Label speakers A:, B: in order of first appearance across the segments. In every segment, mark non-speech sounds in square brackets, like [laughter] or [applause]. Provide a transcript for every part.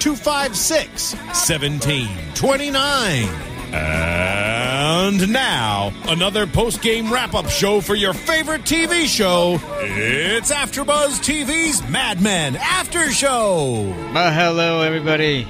A: 256 1729. And now, another post game wrap up show for your favorite TV show. It's AfterBuzz TV's Mad Men After Show.
B: Well, hello, everybody.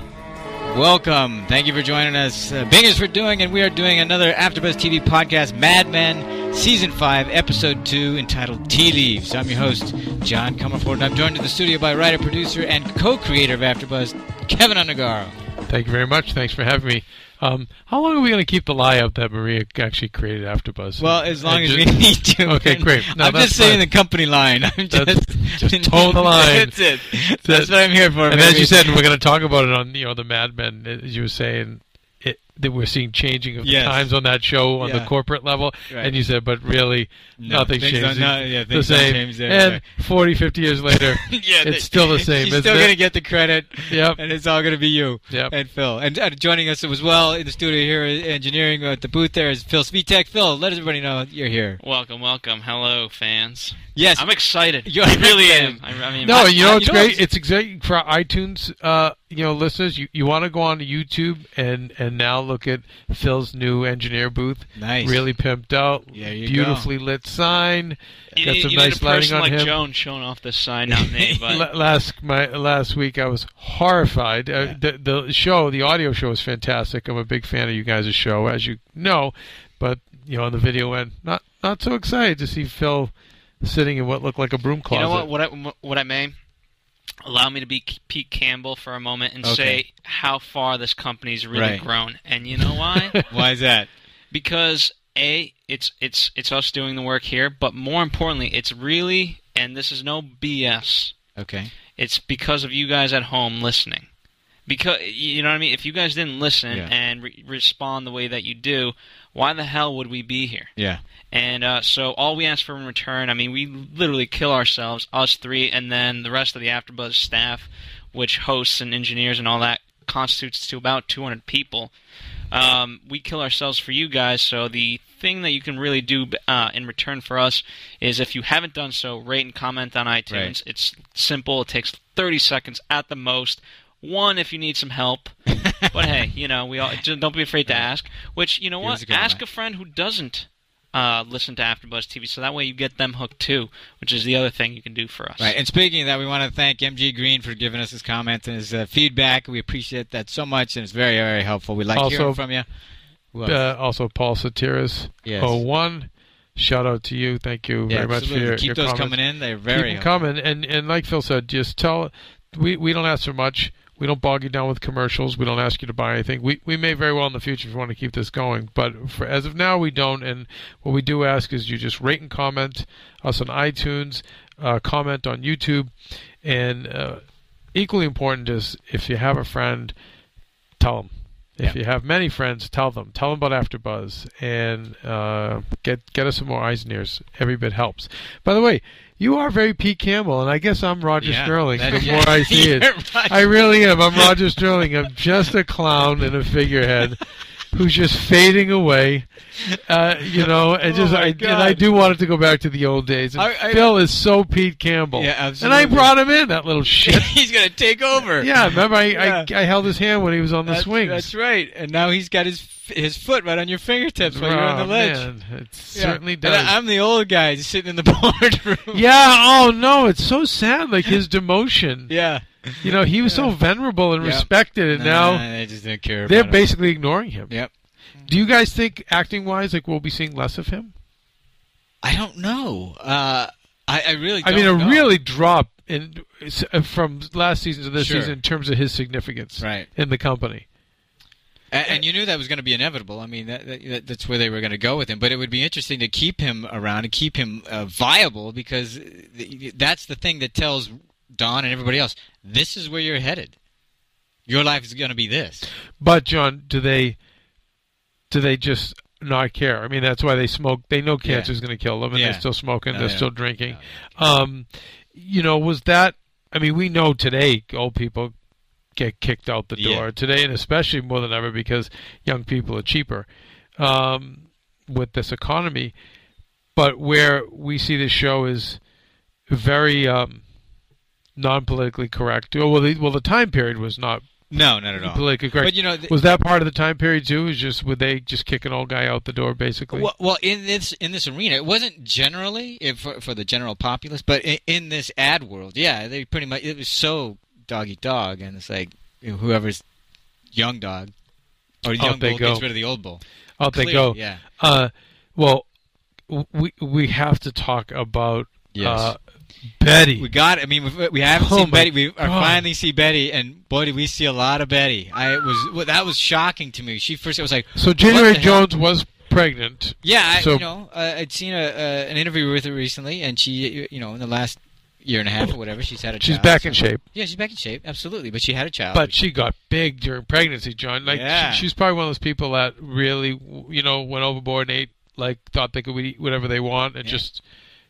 B: Welcome. Thank you for joining us. Uh, Bing is for doing, and we are doing another AfterBuzz TV podcast, Mad Men, Season 5, Episode 2, entitled Tea Leaves. I'm your host, John Comerford, and I'm joined in the studio by writer, producer, and co-creator of AfterBuzz, Kevin Undergaro.
C: Thank you very much. Thanks for having me. Um, how long are we going to keep the lie up that Maria actually created AfterBuzz?
B: Well, as long as
C: And ju-
B: [laughs] we need to.
C: [laughs] Okay,
B: And
C: great. No,
B: I'm
C: that's
B: just saying
C: fine.
B: the company line. [laughs] I'm just,
C: That's-
B: [laughs]
C: just toe the line.
B: That's it. That's,
C: That-
B: what I'm here for.
C: And as
B: baby.
C: you said, we're going to talk about it on you know the Mad Men. uh, As you were saying, it, that we're seeing changing of the
B: Yes.
C: times on that show on
B: Yeah.
C: the corporate level.
B: Right.
C: And you said, but really,
B: No,
C: nothing's
B: things don't-
C: changing.
B: no, yeah,
C: the
B: things don't
C: same.
B: change there,
C: and 40, 50 years later,
B: [laughs] yeah,
C: it's
B: that-
C: still
B: [laughs]
C: the [laughs] same.
B: She's
C: isn't
B: still
C: it?
B: gonna get the credit.
C: Yep.
B: And it's all gonna be you.
C: Yep.
B: And Phil. And uh, joining us as well in the studio here, is engineering at the booth there is Phil Svitek. Phil, let everybody know you're here.
D: Welcome, welcome. Hello, fans.
B: Yes.
D: I'm excited.
B: You're
D: I really
B: excited.
D: am. I, I mean,
C: No, you know
B: you
C: it's
B: know
C: great.
B: it's-
C: It's exactly for iTunes, uh, you know, listeners. You, you want to go on to YouTube and and now look at Phil's new engineer booth.
B: Nice.
C: really pimped out.
B: There you go.
C: beautifully lit sign.
D: you,
C: got
D: need-
C: some
D: you
C: nice
D: need a
C: lighting
D: person
C: on
D: like
C: him.
D: Joan showing off this sign, not
C: [laughs]
D: me.
C: La-
D: But
C: last my last week, I was horrified. Uh, the the show, the audio show, is fantastic. I'm a big fan of you guys' show, as you know. But you know, on the video end, not not so excited to see Phil sitting in what looked like a broom
D: you
C: closet.
D: know what? What I, what I may allow me to be K- Pete Campbell for a moment and
B: Okay.
D: say how far this company's really
B: Right.
D: grown. And you know
C: [laughs]
D: why?
B: [laughs] Why is that?
D: because a it's it's it's us doing the work here, but more importantly, it's really and this is no BS.
B: Okay.
D: It's because of you guys at home listening. Because you know what I mean. If you guys didn't listen
B: Yeah.
D: and re- respond the way that you do, why the hell would we be here?
B: Yeah.
D: And uh, so all we ask for in return, I mean, we literally kill ourselves, us three, and then the rest of the AfterBuzz staff, which hosts and engineers and all that constitutes to about 200 people. Um, we kill ourselves for you guys. So the thing that you can really do uh, in return for us is, if you haven't done so, rate and comment on iTunes.
B: Right.
D: It's simple. It takes 30 seconds at the most. One, if you need some help.
B: [laughs]
D: but hey, you know, we all just don't be afraid to ask. Which you know
B: Give us
D: what?
B: a good
D: Ask
B: one.
D: a friend who doesn't uh, listen to AfterBuzz TV, so that way you get them hooked too, which is the other thing you can do for us.
B: Right.
D: [laughs]
B: And speaking of that, we want to thank MG Green for giving us his comments and his uh, feedback. We appreciate that so much, and it's very, very helpful. We like
C: Also-
B: hearing from you. Who else?
C: Uh, also, Paul Sotiris,
B: Yes.
C: 01. Shout out to you. Thank you
B: yeah,
C: very much
B: absolutely.
C: for your,
B: Keep
C: your
B: those
C: comments.
B: coming in. They're
C: Keep
B: very
C: them
B: helpful.
C: coming. And, and like Phil said, just tell. We, we don't ask for much. We don't bog you down with commercials. We don't ask you to buy anything. We, we may very well in the future if you want to keep this going. But for, as of now, we don't. And what we do ask is you just rate and comment us on iTunes, uh, comment on YouTube. And uh, equally important is if you have a friend, tell them. If you have many friends, tell them. Tell them about AfterBuzz and uh, get get us some more eyes and ears. Every bit helps. By the way, you are very Pete Campbell, and I guess I'm Roger
B: Yeah,
C: Sterling.
B: that- [laughs]
C: The more I see it,
B: You're right.
C: I really am. I'm Roger Sterling. I'm just a clown and a figurehead who's just fading away. Uh, you know, and
B: Oh
C: just
B: my
C: I, and I
B: God.
C: do want it to go back to the old days. And
B: I- I-
C: Phil is so Pete Campbell.
B: Yeah,
C: And I
B: absolutely.
C: brought him in that little shit.
B: [laughs] He's gonna take [laughs] over.
C: Yeah, remember I,
B: Yeah.
C: I, I held his hand when he was on the
B: that's,
C: swings.
B: That's right. And now he's got his f- his foot right on your fingertips while you're on the
C: Oh,
B: ledge.
C: man, It
B: Yeah.
C: certainly
B: And
C: does.
B: I, am the old guy just sitting in the [laughs] boardroom.
C: yeah. Oh no, it's so sad.
B: [laughs]
C: Like his demotion.
B: Yeah.
C: You know, he was so venerable and
B: Yep.
C: respected, and
B: Nah,
C: now
B: they just don't care.
C: they're
B: about him.
C: basically ignoring him.
B: Yep.
C: Do you guys think acting wise, like we'll be seeing less of him?
B: I don't know. Uh, I, I really.
C: I
B: don't
C: mean, a
B: know.
C: really drop in s- from last season to this
B: Sure.
C: season in terms of his significance
B: Right.
C: in the company.
B: A- And, you knew that was going to be inevitable. I mean, that, that, that's where they were going to go with him. But it would be interesting to keep him around and keep him uh, viable because th- that's the thing that tells Don and everybody else this is where you're headed. Your life is going to be this.
C: But John, do they do they just not care? I mean, that's why they smoke. They know
B: Yeah.
C: cancer's going to kill them, and
B: Yeah.
C: they're still smoking.
B: No,
C: they're
B: they
C: still
B: don't.
C: drinking. Um, you know, was that? I mean, we know today old people get kicked out the
B: Yeah.
C: door today, and especially more than ever because young people are cheaper um, with this economy. But where we see this show is very um, non-politically correct. Oh, Well, the, well, the time period was not
B: No, not at all.
C: politically correct.
B: But you know, th-
C: was that part of the time period too? Is just would they just kick an old guy out the door basically?
B: Well, well, in this in this arena, it wasn't generally if, for, for the general populace, but in, in this ad world, yeah, they pretty much it was so dog eat dog, and it's like you know, whoever's young dog or young
C: they
B: bull
C: go.
B: gets rid of the old bull.
C: Out they
B: Clear,
C: go.
B: Yeah.
C: Uh, well, w- we we have to talk about
B: Yes.
C: uh, Betty.
B: We got. I mean, we, we haven't
C: Oh
B: seen
C: my
B: Betty. We are
C: God.
B: finally see Betty, and boy, did we see a lot of Betty. I it was well, that was shocking to me. She first it was like,
C: so
B: what
C: January
B: the hell?
C: Jones was pregnant.
B: Yeah, I,
C: So-
B: you know, uh, I'd seen a, uh, an interview with her recently, and she, you know, in the last year and a half or whatever, she's had a.
C: She's
B: child.
C: back in shape,
B: Yeah, she's back in shape, absolutely. But she had a child.
C: but she got big during pregnancy, John. Like
B: Yeah.
C: she, she's probably one of those people that really, you know, went overboard and ate like thought they could eat whatever they want and
B: Yeah.
C: just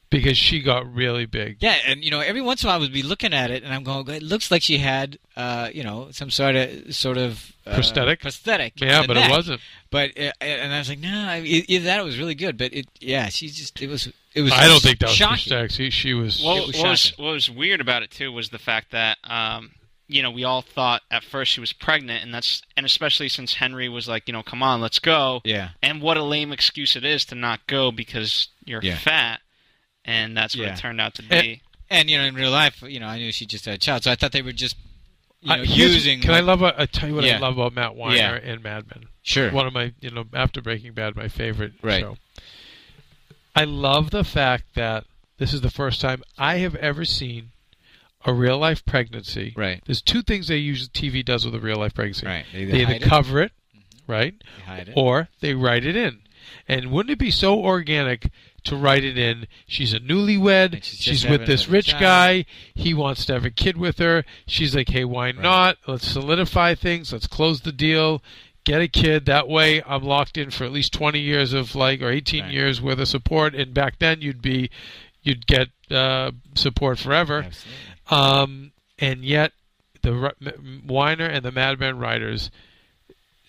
C: because she got really big.
B: yeah, and you know, every once in a while I would be looking at it, and I'm going, it looks like she had, uh, you know, some sort of sort of uh,
C: Prosthetic?
B: prosthetic. in
C: Yeah,
B: the
C: but
B: neck.
C: it wasn't.
B: But uh, and I was like, no, I, it, it, that was really good. But it, yeah, she just it was it was.
C: I don't think that was
B: shocking.
C: prosthetics. He, she was.
B: It
D: What
B: was
D: what was,
B: shocking.
D: what was weird about it too was the fact that um, you know we all thought at first she was pregnant, and that's and especially since Henry was like, you know, come on, let's go.
B: Yeah.
D: And what a lame excuse it is to not go because you're
B: Yeah.
D: fat, and that's what
B: Yeah.
D: it turned out to
C: Eh,
D: be.
B: And you know, in real life, you know, I knew she just had a child, so I thought they were just, you know,
C: I- Uh, here's-
B: using.
C: Can I love? what- I tell you what
B: Yeah.
C: I love about Matt Weiner
B: Yeah.
C: and Mad Men.
B: Sure.
C: One of my, you know, after Breaking Bad, my favorite
B: Right.
C: show. I love the fact that this is the first time I have ever seen a real life pregnancy.
B: Right.
C: There's two things they use TV does with a real life pregnancy.
B: Right. They either
C: They either,
B: hide it- Mm-hmm.
C: cover it, right,
B: They hide it.
C: or they write it in. And wouldn't it be so organic to write it in? She's a newlywed.
B: And she's
C: She's,
B: just
C: with
B: having
C: this
B: another
C: rich
B: child.
C: guy. He wants to have a kid with her. She's like, hey, why not? Let's solidify things. Let's close the deal. Get a kid. That way, I'm locked in for at least 20 years of like, or 18
B: Right.
C: years worth of support. And back then, you'd be, you'd get uh, support forever.
B: Absolutely.
C: Um, and yet, the Ru- M- Weiner and the Madman writers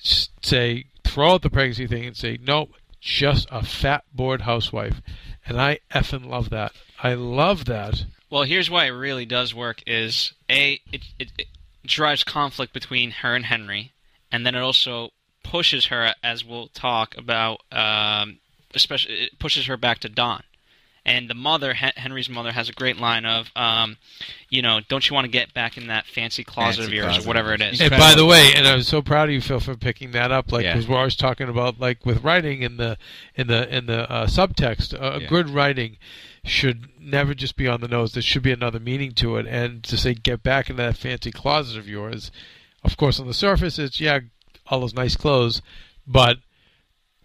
C: s- say throw out the pregnancy thing and say no, just a fat bored housewife, and I effing love that. I love that.
D: Well, here's why it really does work: is a it, it, it drives conflict between her and Henry, and then it also pushes her, as we'll talk about, um, especially it pushes her back to Don. And the mother, Hen- Henry's mother, has a great line of, um, you know, don't you want to get back in that fancy closet
B: Fancy
D: of yours,
B: closet.
D: or whatever it is?
B: Yeah.
C: And by the way, and I'm so proud of you, Phil, for picking that up. Like,
B: Yeah.
C: because we're always talking about like with writing in the in the in the uh, subtext, uh,
B: Yeah.
C: good writing should never just be on the nose. There should be another meaning to it. And to say get back into that fancy closet of yours, of course, on the surface, it's yeah, all those nice clothes, but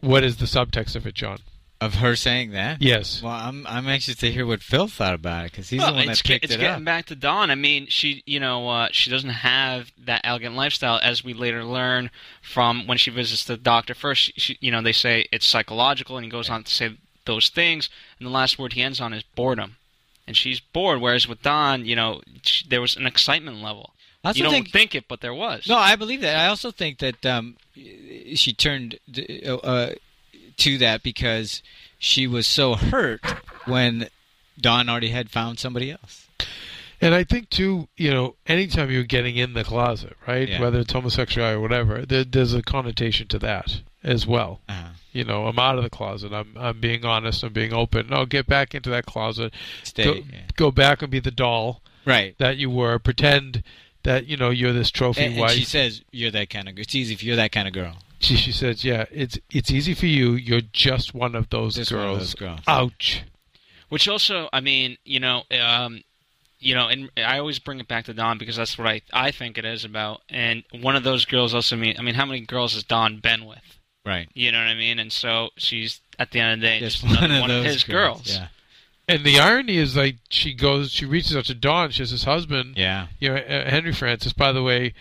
C: what is the subtext of it, John?
B: Of her saying that?
C: Yes.
B: Well, I'm I'm anxious to hear what Phil thought about it because he's
D: Well,
B: the one that
D: it's,
B: picked
D: it's
B: it
D: getting
B: up.
D: back to Dawn. I mean, she, you know, uh, she doesn't have that elegant lifestyle, as we later learn from when she visits the doctor. First, she, she, you know, they say it's psychological, and he goes on to say those things. And the last word he ends on is boredom, and she's bored. Whereas with Dawn, you know, she, there was an excitement level.
B: I also
D: you don't
B: think-
D: think, it, but there was.
B: No, I believe that. I also think that um, she turned uh, uh, to that because she was so hurt when Don already had found somebody else.
C: And I think too, you know, anytime you're getting in the closet, right?
B: Yeah.
C: Whether it's homosexuality or whatever, there, there's a connotation to that as well.
B: Uh-huh.
C: You know, I'm out of the closet. I'm I'm being honest. I'm being open. No, get back into that closet.
B: Stay,
C: go,
B: yeah.
C: go back and be the doll
B: Right.
C: that you were. Pretend that you know you're this
B: A-
C: trophy
B: And,
C: wife.
B: she says, "You're that kind of. girl. It's easy if you're that kind of girl."
C: she, she says, "Yeah, it's it's easy for you. You're just one of those
B: Just one
C: girls."
B: of those girls.
C: Ouch.
D: Which also, I mean, you know, um, you know, and I always bring it back to Don because that's what I I think it is about. And one of those girls also mean, I mean, how many girls has Don been with?
B: Right.
D: You know what I mean? And so she's at the end of the day
B: Just
D: just another one, of his girls.
B: Yeah.
C: And the irony is, like, she goes, she reaches out to Dawn. She has his husband,
B: Yeah.
C: you know, uh, Henry Francis. By the way,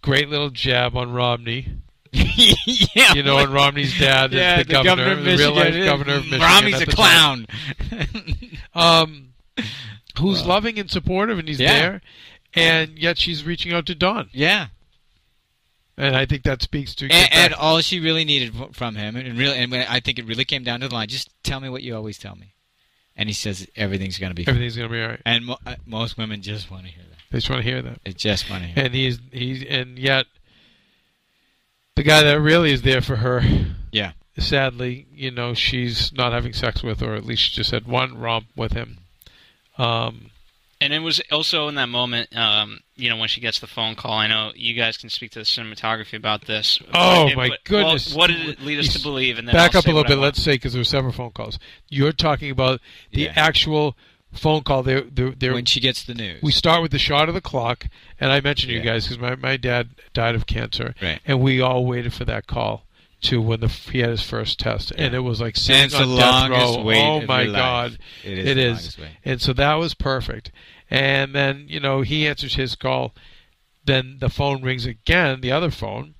C: great little jab on Romney.
D: [laughs]
B: yeah. [laughs]
C: You know, and Romney's dad is
B: yeah,
C: the, governor,
B: of
C: the real life
B: Michigan.
C: governor of Michigan.
B: Romney's
C: at
B: a
C: the time.
B: clown.
C: Um, [laughs] who's loving and supportive, and he's
B: Yeah.
C: there, and yet she's reaching out to Dawn.
B: yeah.
C: And I think that speaks to
B: And, and all she really needed f- from him, and really, and when- I think it really came down to the line: just tell me what you always tell me. And he says everything's going to be. fine.
C: everything's gonna be all right.
B: And mo- uh, most women just want to hear that.
C: They just want to hear that.
B: They just want to hear.
C: And he's he's and yet the guy that really is there for her,
B: Yeah.
C: sadly, you know, she's not having sex with, or at least she just had one romp with him. Um,
D: And it was also in that moment, um, you know, when she gets the phone call. I know you guys can speak to the cinematography about this.
C: Oh,
D: But it-
C: my
D: but-
C: goodness.
D: well, what did it lead us to believe? And then
C: back
D: I'll
C: up a
D: say
C: little
D: what I
C: bit.
D: want.
C: Let's say because there were several phone calls. You're talking about the
B: Yeah.
C: actual phone call. There, there, there.
B: When she gets the news.
C: we start with the shot of the clock, and I mentioned you
B: Yeah.
C: guys because my, my dad died of cancer,
B: Right.
C: and we all waited for that call to when the he had his first test, and it was like sitting
B: it's
C: on
B: the
C: death
B: longest
C: row.
B: wait
C: Oh
B: of
C: my
B: your life.
C: God,
B: It is
C: it
B: the
C: is,
B: longest wait.
C: and so that was perfect. And then you know he answers his call, then the phone rings again, the other phone,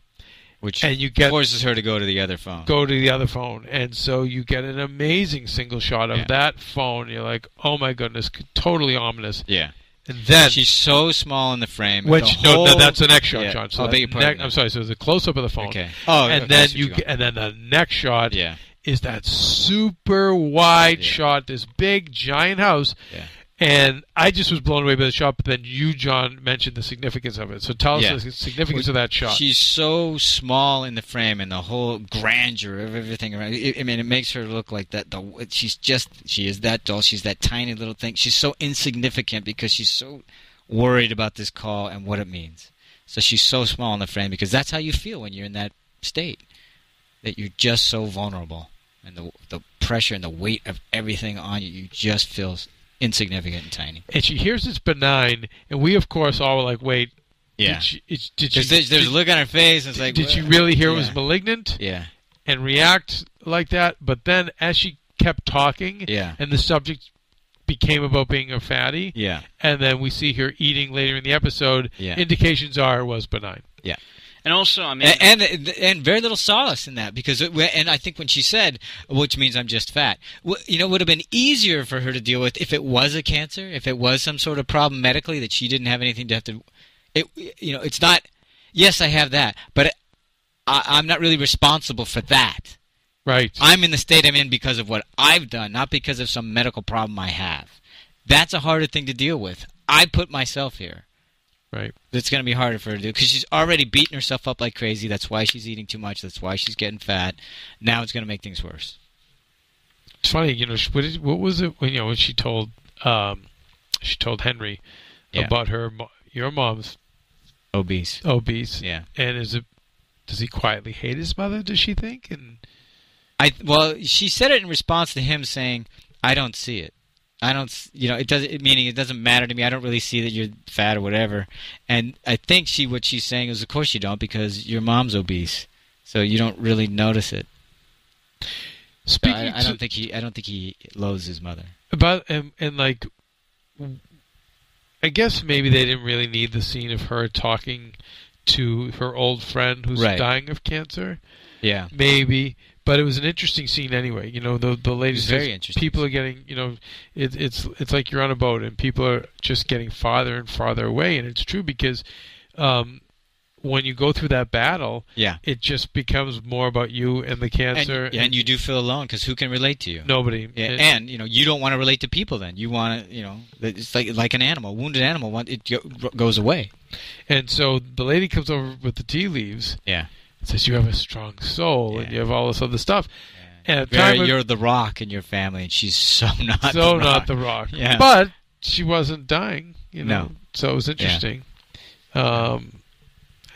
B: which
C: and you get
B: forces her to go to the other phone.
C: go to the other phone, and so you get an amazing single shot of
B: Yeah.
C: that phone. You're like, oh my goodness, totally ominous.
B: Yeah.
C: And then
B: She's so small in the frame.
C: Which
B: the
C: no, no,
B: whole-
C: that's the next shot,
B: Yeah.
C: John. So
B: oh,
C: that
B: beg your pardon.
C: neck- I'm sorry. So it's a close up of the phone.
B: Okay. Oh, okay,
C: and
B: I
C: then
B: see what
C: you,
B: you
C: get, and then the next shot
B: Yeah.
C: is that super wide
B: Yeah.
C: shot, this big giant house,
B: Yeah.
C: and I just was blown away by the shot. But then you, John, mentioned the significance of it. So tell us
B: Yeah.
C: the significance of that shot.
B: She's so small in the frame and the whole grandeur of everything around. I I mean, it makes her look like that. The she's just she is that doll. She's that tiny little thing. She's so insignificant because she's so worried about this call and what it means. So she's so small in the frame because that's how you feel when you're in that state. That you're just so vulnerable, and the the pressure and the weight of everything on you, you just feel insignificant and tiny.
C: and she hears it's benign, and we, of course, all were like, "Wait, did she? It's, did she?
B: There's, there's, there's a
C: did,
B: look on her face. And it's like,
C: did she really hear it was
B: Yeah.
C: malignant?"
B: Yeah.
C: and react like that. But then as she kept talking,
B: Yeah.
C: and the subject became about being a fatty,
B: Yeah.
C: and then we see her eating later in the episode.
B: Yeah.
C: Indications are it was benign.
D: And also, I mean,
B: and, and and very little solace in that because it, and I think when she said, which means I'm just fat, wh- you know, it would have been easier for her to deal with if it was a cancer, if it was some sort of problem medically that she didn't have anything to have to, it you know, it's not. Yes, I have that, but it, I, I'm not really responsible for that.
C: Right.
B: I'm in the state I'm in because of what I've done, not because of some medical problem I have. That's a harder thing to deal with. I put myself here
C: right.
B: that's going to be harder for her to do because she's already beating herself up like crazy. That's why she's eating too much. That's why she's getting fat. Now it's going to make things worse.
C: It's funny, you know. she- What, is, what was it when you know when she told, um, she told Henry
B: Yeah.
C: about her mo- your mom's
B: Obese.
C: obese.
B: Yeah.
C: And is it does he quietly hate his mother? Does she think? And
B: I well, she said it in response to him saying, "I don't see it. I don't. s- You know, it doesn't. it- Meaning, it doesn't matter to me. I don't really see that you're fat or whatever." And I think she what she's saying is, "Of course you don't, because your mom's obese, so you don't really notice it." So
C: speaking,
B: I, I
C: to-
B: don't think he. I don't think he loathes his mother.
C: about and, um, and like i guess maybe they didn't really need the scene of her talking to her old friend who's
B: Right.
C: dying of cancer
B: Yeah.
C: maybe but it was an interesting scene anyway you know the the lady
B: It was
C: says
B: very interesting
C: people are getting you know it, it's it's like you're on a boat and people are just getting farther and farther away and it's true because um when you go through that battle
B: Yeah.
C: it just becomes more about you and the
B: And,
C: cancer
B: and you do feel alone because who can relate to you?
C: nobody
B: Yeah,
C: It-
B: and you know you don't want to relate to people. Then you want to, you know, that it's like like an animal, wounded animal. want- It go- goes away.
C: and so the lady comes over with the tea leaves
B: Yeah,
C: It says you have a strong soul and
B: Yeah.
C: you have all this other stuff. And at the
B: Very,
C: time of-
B: you're the rock in your family, and she's [laughs] so not.
C: so
B: the rock.
C: not the rock.
B: Yeah.
C: But she wasn't dying, you know.
B: No.
C: So it was interesting. Um,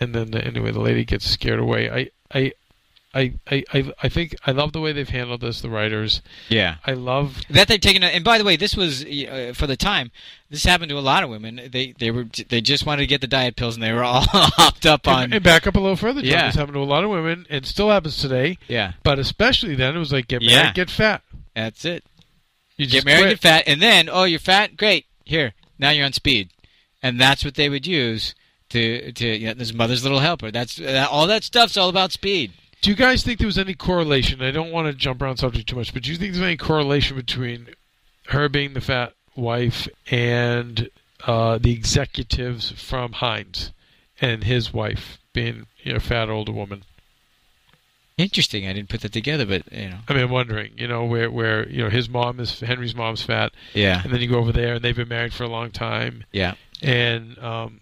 C: and then the, anyway, the lady gets scared away. I I I, I, I, I think I love the way they've handled this, the writers.
B: Yeah.
C: I love
B: that they've taken. And by the way, this was uh, for the time. This happened to a lot of women. They they were they just wanted to get the diet pills, and they were all [laughs] hopped up on.
C: And, and back up a little further. John.
B: Yeah.
C: This happened to a lot of women and still happens today.
B: Yeah.
C: But especially then, it was like get
B: Yeah.
C: married, get fat.
B: That's it.
C: You
B: Get
C: just
B: married,
C: quit.
B: get fat, and then oh, you're fat. Great. Here, now you're on speed, and that's what they would use to to you know, this mother's little helper. That's that, all that stuff's all about speed.
C: Do you guys think there was any correlation? I don't want to jump around subject too much, but do you think there's any correlation between her being the fat wife and uh, the executives from Heinz and his wife being you know, a fat older woman?
B: Interesting. I didn't put that together, but you know.
C: I mean, I'm wondering, you know, where where you know his mom is Henry's mom's fat,
B: Yeah.
C: and then you go over there and they've been married for a long time,
B: Yeah.
C: and um,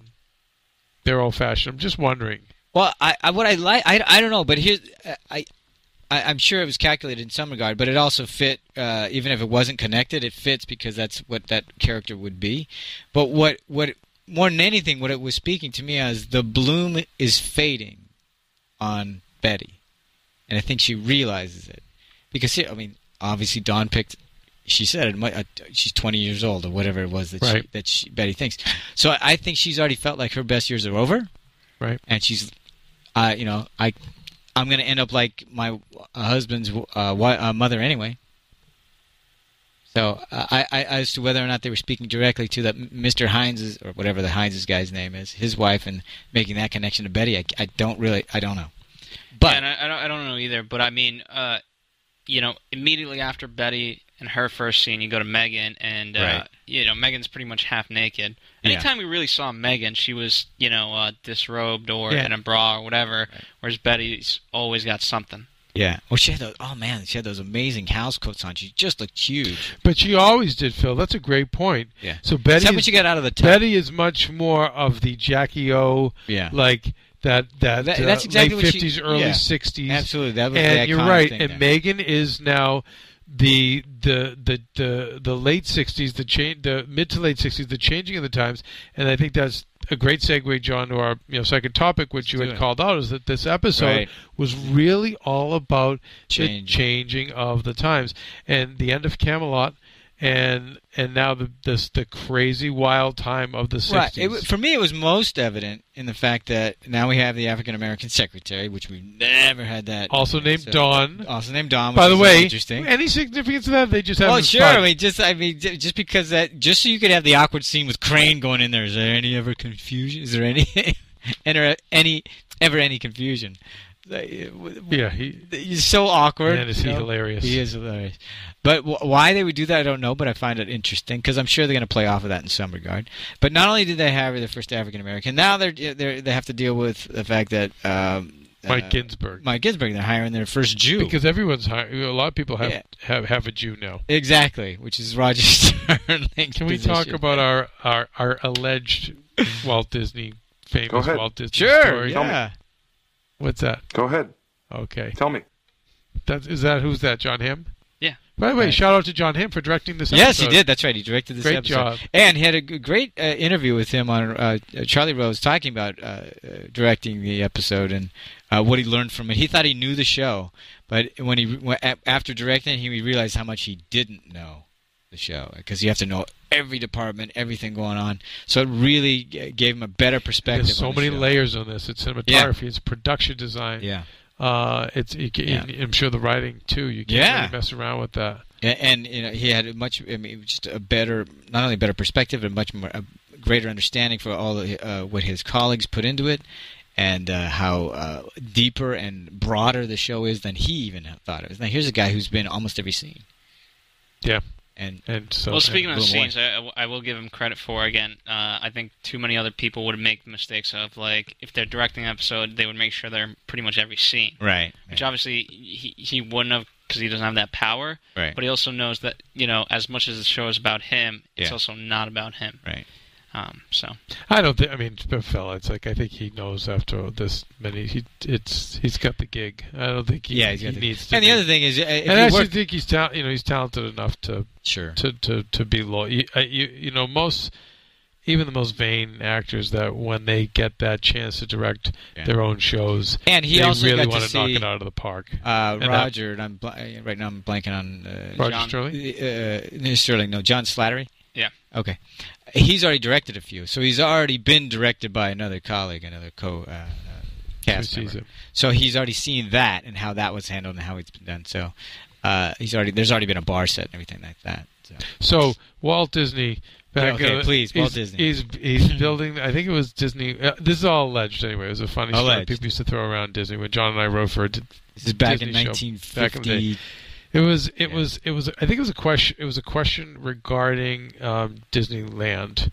C: they're old fashioned. I'm just wondering.
B: Well, I, I what I like, I, I don't know, but here's I, I, I'm sure it was calculated in some regard, but it also fit, uh, even if it wasn't connected, it fits because that's what that character would be. But what what more than anything, what it was speaking to me as the bloom is fading on Betty, and I think she realizes it because I mean, obviously Dawn picked. She said it. might- uh, She's 20 years old, or whatever it was that she,
C: Right.
B: that she, Betty thinks. So I, I think she's already felt like her best years are over and she's, uh, you know, I, I'm gonna end up like my husband's uh, wi uh, mother anyway. So uh, I, I, as to whether or not they were speaking directly to that Mr. Hines or whatever the Hines guy's name is, his wife, and making that connection to Betty, I, I don't really, I don't know.
D: Yeah,
B: But
D: and I, I, don't, I don't know either, but I mean, uh, you know, immediately after Betty and her first scene, you go to Megan, and, uh,
B: Right.
D: you know, Megan's pretty much half naked.
B: Yeah.
D: Anytime we really saw Megan, she was, you know, uh, disrobed or
B: Yeah.
D: in a bra or whatever, whereas Betty's always got something.
B: yeah, well, she had those. Oh man, she had those amazing house coats on. She just looked huge.
C: But she always did, Phil. That's a great point.
B: Yeah.
C: So Betty,
B: Except
C: is,
B: when she got out of the tub.
C: Betty is much more of the Jackie O.
B: Yeah.
C: Like that. That.
B: That-
C: uh,
B: that's exactly
C: late
B: what she-
C: fifties, early
B: yeah.
C: sixties.
B: Absolutely, that was the
C: And you're
B: iconic
C: right.
B: thing
C: And
B: there.
C: Megan is now the the the the the late sixties, the change, the mid to late sixties, the changing of the times. And I think that's a great segue, John, to our you know second topic, which you
B: do
C: had
B: it.
C: called out, is that this episode
B: Right.
C: was really all about
B: Change.
C: the changing of the times and the end of Camelot. And and now the this the crazy wild time of the
B: Right.
C: sixties.
B: It, wa- for me, it was most evident in the fact that now we have the African American secretary, which we've never had that.
C: Also named
B: So-
C: Dawn.
B: Also named Don.
C: By the way,
B: interesting.
C: any significance of that? They just have.
B: well, sure. I mean, just I mean, j- just because that, just so you could have the awkward scene with Crane going in there. Is there any ever confusion? Is there any, [laughs] enter any ever any confusion? Like, uh, w-
C: yeah, he,
B: He's so awkward.
C: Man, is
B: you
C: he
B: know?
C: hilarious.
B: He is hilarious. But wh- why they would do that, I don't know. But I find it interesting because I'm sure they're going to play off of that in some regard. But not only did they have her the first African American, now they're, they're they have to deal with the fact that um,
C: Mike
B: uh,
C: Ginsburg.
B: Mike Ginsburg, they're hiring their first Jew.
C: because everyone's hi- a lot of people have,
B: Yeah.
C: have have a Jew now.
B: exactly, which is Roger [laughs] Stern.
C: Can we talk about our our, our alleged Walt Disney
E: Go
C: famous
E: ahead.
C: Walt Disney
B: Sure.
C: story?
B: Yeah.
C: What's that?
E: Go ahead.
C: Okay,
E: Tell me.
C: that is that who's that? John Hamm.
D: Yeah.
C: By the way,
B: Right.
C: shout out to John Hamm for directing this.
B: Yes, he
C: episode.
B: did. That's right. He directed this
C: Great
B: episode.
C: job.
B: And he had a g- great uh, interview with him on uh, Charlie Rose talking about uh, uh, directing the episode and uh, what he learned from it. He thought he knew the show, but when he when, a- after directing, he realized how much he didn't know the show because you have to know every department, everything going on. So it really g- gave him a better perspective.
C: There's so
B: on the
C: many
B: show.
C: layers on this. It's cinematography. It's production design.
B: Yeah.
C: Uh, it's you can,
B: Yeah.
C: I'm sure the writing too. You can't
B: Yeah.
C: really mess around with that.
B: and, and you know he had a much I mean just a better not only better perspective but much more a greater understanding for all the, uh, what his colleagues put into it and uh, how uh, deeper and broader the show is than he even thought it was. Now here's a guy who's been almost every scene
C: Yeah,
B: and
C: and so
D: Well, speaking
C: and-
D: of
B: Boom, boy.
D: scenes, I, I will give him credit for again. Uh, I think too many other people would make the mistakes of like if they're directing an episode, they would make sure they're in pretty much every scene,
B: right
D: which obviously he he wouldn't have because he doesn't have that power.
B: Right.
D: But he also knows that you know as much as the show is about him, it's
B: Yeah.
D: also not about him.
B: right
D: Um, so
C: I don't think. I mean, Phil. It's like I think he knows after this many. He it's he's got the gig. I don't think he,
B: yeah
C: he
B: got the-
C: needs to.
B: and the
C: be-
B: other thing is uh, if
C: and I
B: he
C: actually
B: worked,
C: think he's talent. You know, he's talented enough to
B: sure
C: uh, to to, to be loyal. You, I- you, you know, most even the most vain actors that when they get that chance to direct
B: Yeah.
C: their own shows,
B: And he
C: they
B: also
C: really
B: got to
C: want to, knock
B: see,
C: it out of the park.
B: Uh,
C: And that-
B: Roger, and I'm bl- uh, right now I'm blanking on uh,
C: Roger
D: John-
C: Sterling.
B: uh, no, Sterling, no, John Slattery.
D: Yeah.
B: Okay, he's already directed a few, so he's already been directed by another colleague, another co uh, uh, cast
C: Who sees
B: member.
C: it?
B: So he's already seen that and how that was handled and how it's been done. So uh, he's already there's already been a bar set and everything like that. So.
C: So Walt Disney. Back
B: okay,
C: uh,
B: please, Walt
C: he's-
B: Disney.
C: He's he's building. I think it was Disney. Uh, this is all alleged anyway. It was a funny story
B: Alleged.
C: people used to throw around Disney when John and I wrote for it.
B: This is back in
C: Disney show, back in the
B: 1950.
C: It was it
B: Yeah.
C: was it was I think it was a question it was a question regarding um, Disneyland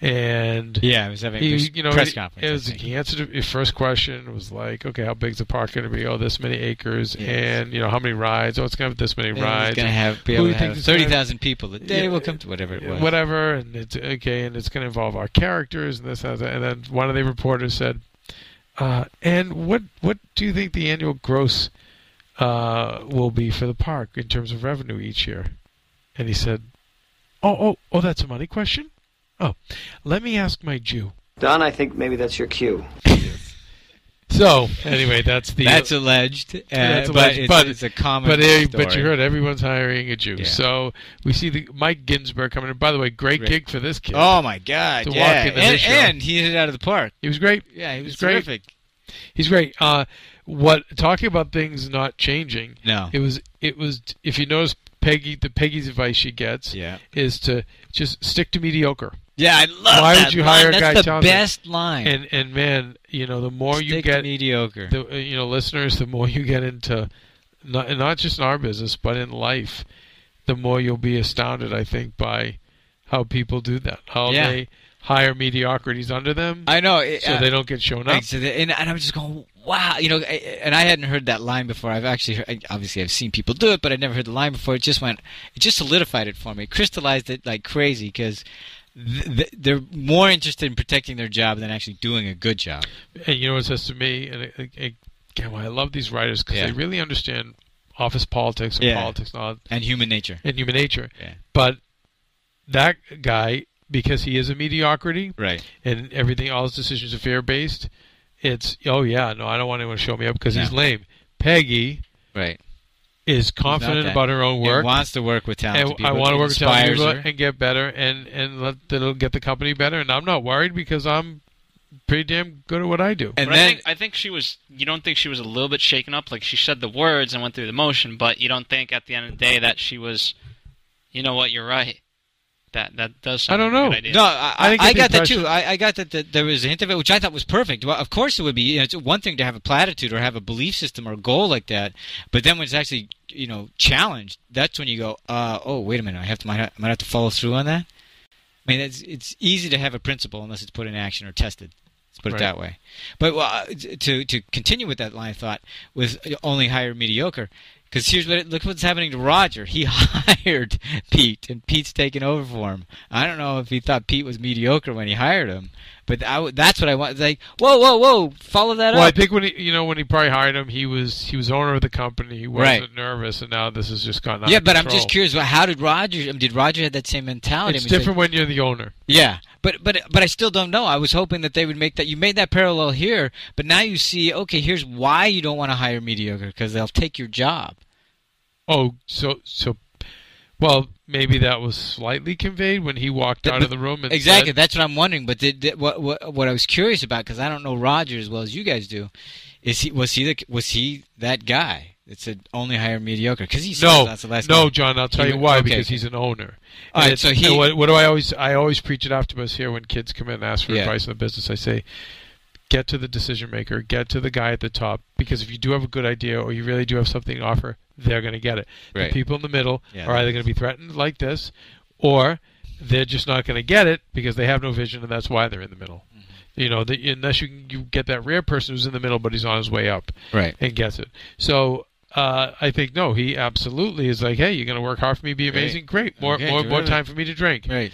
C: and
B: yeah, I was having a
C: he,
B: pres-
C: you know
B: press
C: he-
B: conference.
C: it
B: I
C: was,
B: think.
C: he answered it- his first question was like okay how big's the park going to be oh this many acres
B: Yes.
C: and you know how many rides oh it's going to have this many
B: And
C: rides
B: He's gonna have be
C: Who
B: able to
C: do you think
B: have
C: is gonna-
B: thirty thousand people a day.
C: Yeah,
B: will come to whatever it was.
C: whatever and it's okay and it's going to involve our characters and this and that and then one of the reporters said uh, and what what do you think the annual gross uh, will be for the park in terms of revenue each year and he said oh oh oh that's a money question oh let me ask my jew
E: Don, I think maybe that's your cue.
C: [laughs] so anyway that's the
B: That's alleged, uh,
C: That's
B: but,
C: alleged,
B: it's,
C: but-
B: it's a common
C: but
B: story.
C: hey, but you heard everyone's hiring a Jew.
B: Yeah.
C: So we see the Mike Ginsburg coming in. By the way, great,
B: Great.
C: gig for this kid.
B: Oh my God!
C: To walk
B: yeah,
C: into
B: and,
C: this show.
B: and he hit it out of the park.
C: He was great.
B: Yeah, he was
C: He's great.
B: terrific.
C: He's great. Uh, what talking about things not changing?
B: No.
C: It was it was if you notice Peggy the Peggy's advice she gets
B: Yeah.
C: is to just stick to mediocre.
B: Yeah, I love
C: Why
B: that
C: would you
B: line.
C: hire a
B: That's
C: guy
B: the
C: talented?
B: best line.
C: And and man, you know the more
B: Stick
C: you
B: to
C: get
B: mediocre.
C: the uh, you know listeners, the more you get into not and not just in our business but in life, the more you'll be astounded. I think by how people do that, how
B: Yeah.
C: they hire mediocrities under them,
B: I know. It,
C: so
B: uh,
C: they don't get shown up.
B: Like, so the- and, and I'm just going, wow, you know. I, and I hadn't heard that line before. I've actually, heard, I- obviously, I've seen people do it, but I'd never heard the line before. It just went, it just solidified it for me, It crystallized it like crazy because th- th- they're more interested in protecting their job than actually doing a good job.
C: And you know what it says to me, and it- it- it- again, why I love these writers because
B: Yeah.
C: they really understand office politics and
B: Yeah.
C: politics and, all,
B: And human nature,
C: and human nature.
B: Yeah.
C: But that guy, because he is a mediocrity
B: right?
C: and everything, all his decisions are fear based. It's oh yeah, no, I don't want anyone to show me up because he's
B: No.
C: lame. Peggy
B: Right.
C: is
B: He's not
C: confident
B: that-
C: about her own
B: and
C: work.
B: wants to work with talented
C: and
B: people.
C: I want to
B: It
C: work with talented
B: inspires
C: people
B: her.
C: and get better, and and let that'll get the company better. And I'm not worried because I'm pretty damn good at what I do.
B: And
D: But I
B: then
D: think I think she was. You don't think she was a little bit shaken up, like she said the words and went through the motion, but you don't think at the end of the day that she was. You know what? You're right. That that does.
C: I don't
D: Sound like a
C: know.
D: Good idea.
B: No, I,
C: I
B: I,
C: didn't get
B: I
C: the
B: got that
C: impression-
B: too. I, I got that, that there was a hint of it, which I thought was perfect. Well, of course it would be. You know, it's one thing to have a platitude or have a belief system or goal like that, but then when it's actually you know challenged, that's when you go, uh, oh wait a minute, I have to might, I might have to follow through on that. I mean, it's it's easy to have a principle unless it's put in action or tested. Let's put it
C: Right.
B: that way. But well, uh, to to continue with that line of thought, with only hire mediocre, because here's what it, look what's happening to Roger. He [laughs] hired Pete, and Pete's taken over for him. I don't know if he thought Pete was mediocre when he hired him, but I w that's what I want. Like, whoa, whoa, whoa, follow that
C: Well, I
B: up.
C: think when he, you know, when he probably hired him, he was he was owner of the company. He wasn't
B: Right.
C: nervous, and now this has just gone. Out
B: yeah,
C: of
B: but I'm
C: control.
B: just curious. Well, how did Roger? I mean, did Roger have that same mentality?
C: It's
B: I mean, like-
C: different when you're the owner.
B: Yeah, but but but I still don't know. I was hoping that they would make that. You made that parallel here, but now you see. Okay, here's why you don't want to hire mediocre because they'll take your job.
C: Oh, so so, well, maybe that was slightly conveyed when he walked out of the room. And
B: exactly.
C: said-
B: That's what I'm wondering. But did, did, what, what what I was curious about because I don't know Roger as well as you guys do. Is he was he the, was he that guy that said only hire mediocre? Because he says
C: no,
B: that's the last.
C: no,
B: guy.
C: John. I'll tell
B: He-
C: you why.
B: okay.
C: Because he's an owner.
B: All right,
C: And it's-
B: so he-
C: and what, what do I always? I always preach it after us here when kids come in and ask for
B: Yeah.
C: advice in the business. I say, get to the decision maker, get to the guy at the top. Because if you do have a good idea or you really do have something to offer, they're going to get it.
B: Right.
C: The people in the middle
B: Yeah,
C: are
B: that
C: either going to be threatened like this, or they're just not going to get it because they have no vision, and that's why they're in the middle.
B: Mm-hmm.
C: You know, the, unless you can- you get that rare person who's in the middle, but he's on his way up
B: Right.
C: and gets it. So uh, I think no, he absolutely is like, hey, you're going to work hard for me, be
B: Great.
C: amazing, great, more
B: Okay,
C: more more
B: terrific.
C: time for me to drink.
B: Right.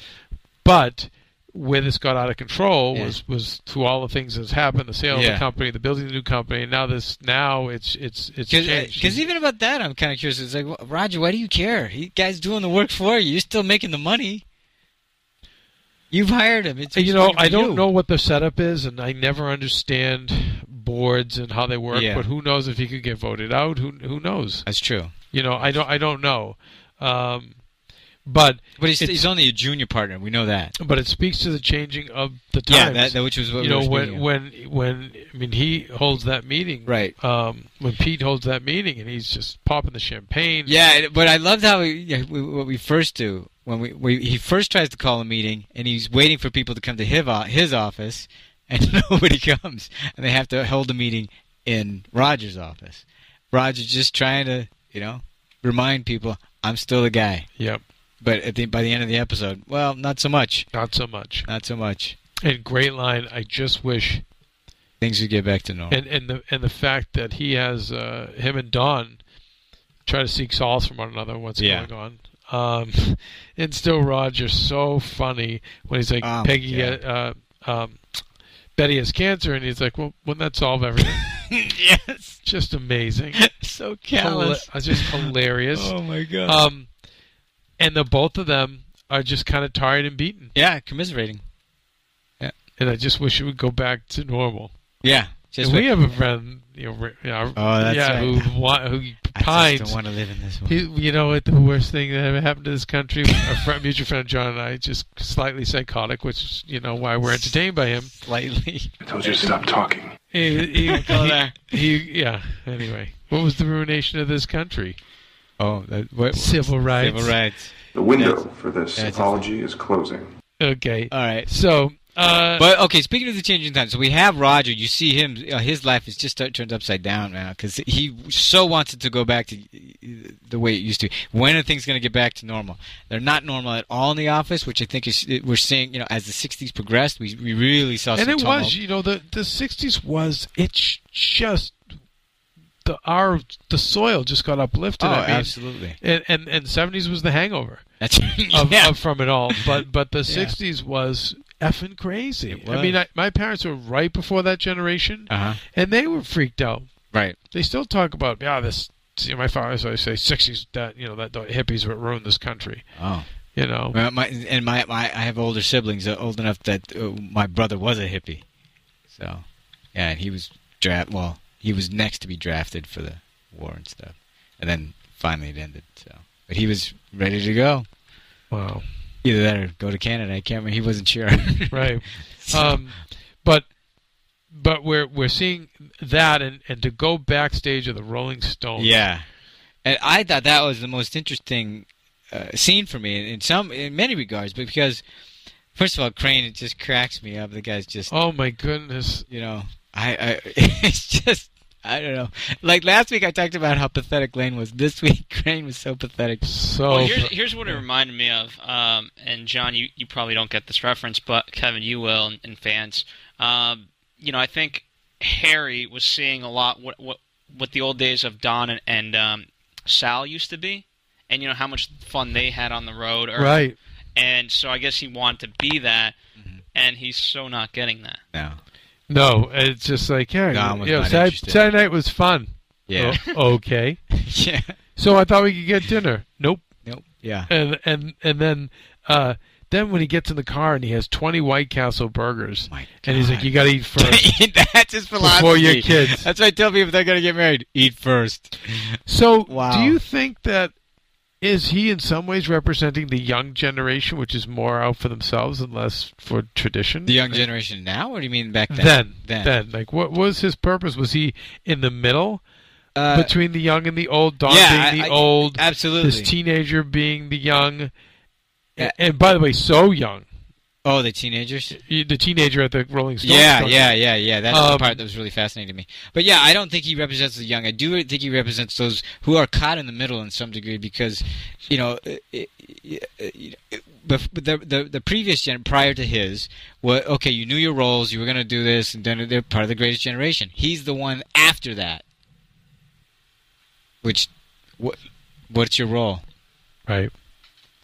C: But where this got out of control
B: Yeah.
C: was was through all the things that's happened, the sale of
B: Yeah.
C: the company, the building of the new company, and now this now it's it's it's changed.
B: Because uh, even about that, I'm kind of curious. It's like well, Roger, why do you care? He guy's doing the work for you. You're still making the money. You've hired him. It's
C: you know,
B: responsible
C: I
B: for
C: don't
B: you.
C: know what the setup is, and I never understand boards and how they work.
B: Yeah.
C: But who knows if he could get voted out? Who who knows?
B: That's true.
C: You know, I don't I don't know. Um, but
B: But he's,
C: It's-
B: he's only a junior partner. We know that.
C: but it speaks to the changing of the
B: Yeah,
C: times.
B: that, that which was what
C: you
B: we
C: know
B: were
C: when
B: speaking of.
C: when when I mean he holds that meeting
B: Right.
C: Um, when Pete holds that meeting and he's just popping the champagne.
B: Yeah, it- but I loved how we, yeah, we, what we first do when we, we he first tries to call a meeting and he's waiting for people to come to his, o- his office and [laughs] nobody comes and they have to hold the meeting in Roger's office. Roger's just trying to you know remind people I'm still the guy,
C: Yep.
B: but at the by the end of the episode, well, not so much,
C: Not so much.
B: not so much.
C: And great line. I just wish
B: Things would get back to normal.
C: and and the and the fact that he has uh, him and Don try to seek solace from one another. What's
B: Yeah.
C: going on? Um, [laughs] and still, Roger's so funny when he's like,
B: Oh, my
C: "Peggy,
B: God.
C: uh, um, Betty has cancer," and he's like, "Well, wouldn't that solve
B: [laughs]
C: everything?"
B: [laughs] yes,
C: just
B: [laughs]
C: amazing,
B: so
C: Hila-
B: callous.
C: uh, just hilarious.
B: [laughs] Oh my god.
C: um, and the both of them are just kind of tired and beaten,
B: yeah, commiserating.
C: and I just wish it would go back to normal.
B: Yeah, just
C: And we
B: wait.
C: have a friend, you know, re- yeah,
B: Oh, that's
C: yeah,
B: right.
C: who wa- who
B: [laughs] I
C: pines.
B: just don't want to live in this one.
C: He, you know what? The worst thing that ever happened to this country. A friend, [laughs] mutual friend of John and I, just slightly psychotic, which is you know why we're entertained by him.
B: Slightly.
F: told you to stop talking.
C: He, he,
B: Go there.
C: he, yeah. Anyway, what was the ruination of this country?
B: [laughs] Oh, that, what,
C: Civil rights.
B: Civil rights.
F: The window
B: That's-
F: for this
B: that's-
F: apology is closing.
C: Okay.
B: All right.
C: So, uh,
B: But okay, speaking of the changing times, so we have Roger. You see him; uh, his life is just uh, turned upside down now because he so wants it to go back to uh, the way it used to. When are things going to get back to normal? They're not normal at all in the office, which I think is it- we're seeing. You know, as the '60s progressed, we we really saw.
C: and
B: some
C: it
B: tumult.
C: was, you know, the the '60s was. It's just the our the soil just got uplifted.
B: Oh,
C: I mean,
B: absolutely.
C: And, and and '70s was the hangover.
B: That's, [laughs]
C: of,
B: yeah.
C: of from it all. But
B: [laughs]
C: but the '60s was effing crazy.
B: It
C: I mean,
B: was.
C: I, my parents were right before that generation,
B: Uh-huh.
C: and they were freaked out.
B: right.
C: They still talk about yeah, this. See, my father's always say '60s that you know that the hippies would ruin this country.
B: Oh,
C: You know,
B: Well, my, and my, my I have older siblings, uh, old enough that uh, my brother was a hippie. So, yeah, and he was draft. Well, he was next to be drafted for the war and stuff, and then finally it ended. So, but he was ready to go.
C: wow,
B: Either that or go to Canada. I can't remember. He wasn't sure. [laughs]
C: right.
B: So-
C: um, but but we're we're seeing that, and and to go backstage of the Rolling Stones.
B: Yeah, and I thought that was the most interesting uh, scene for me in, in some, in many regards, but because first of all, Crane it just cracks me up. The guy's just
C: Oh my goodness.
B: you know, I, I [laughs] it's just I don't know. Like last week, I talked about how pathetic Lane was. This [laughs] week, Crane was so pathetic.
C: So
B: Oh,
D: Well, here's, here's what it reminded me of, um, and John, you, you probably don't get this reference, but Kevin, you will, and, and fans. Um, you know, I think Harry was seeing a lot what what, what the old days of Don and, and um, Sal used to be, and you know how much fun they had on the road, or,
C: right.
D: And so I guess he wanted to be that,
B: Mm-hmm.
D: and he's so not getting that.
B: No,
C: No, it's just like yeah,
B: Don was
C: you know,
B: not
C: Saturday,
B: interested.
C: Saturday night was fun.
B: yeah,
C: O- Oh, okay.
B: Oh. [laughs] yeah,
C: So I thought we could get dinner. Nope.
B: nope,
C: [laughs]
B: yeah, [laughs]
C: And and and then uh then when he gets in the car and he has twenty White Castle burgers,
B: My
C: and he's like,
B: God.
C: "You got to
B: [laughs]
C: eat [laughs] first.
B: That's his philosophy.
C: your kids.
B: That's why I tell people they're gonna get married. Eat first.
C: So,
B: Wow.
C: do you think that is he in some ways representing the young generation, which is more out for themselves and less for tradition?
B: The young generation now, or do you mean back then?
C: Then,
B: then.
C: then, like, what was his purpose? Was he in the middle
B: Uh,
C: between the young and the old? Don
B: yeah,
C: being
B: I-
C: the
B: I-
C: old,
B: absolutely.
C: this teenager being the young,
B: Yeah.
C: and by the way, so young.
B: oh, the teenagers.
C: the teenager at the Rolling Stones.
B: Yeah,
C: concert.
B: yeah, yeah, yeah. That's the
C: Um,
B: part that was really fascinating to me. But yeah, I don't think he represents the young. I do think he represents those who are caught in the middle in some degree because, you know, it, it, it, it- bef- the, the the previous gen prior to his, wa okay, you knew your roles, you were going to do this, and then they're part of the greatest generation. He's the one after that. Which, what, what's your role?
C: Right.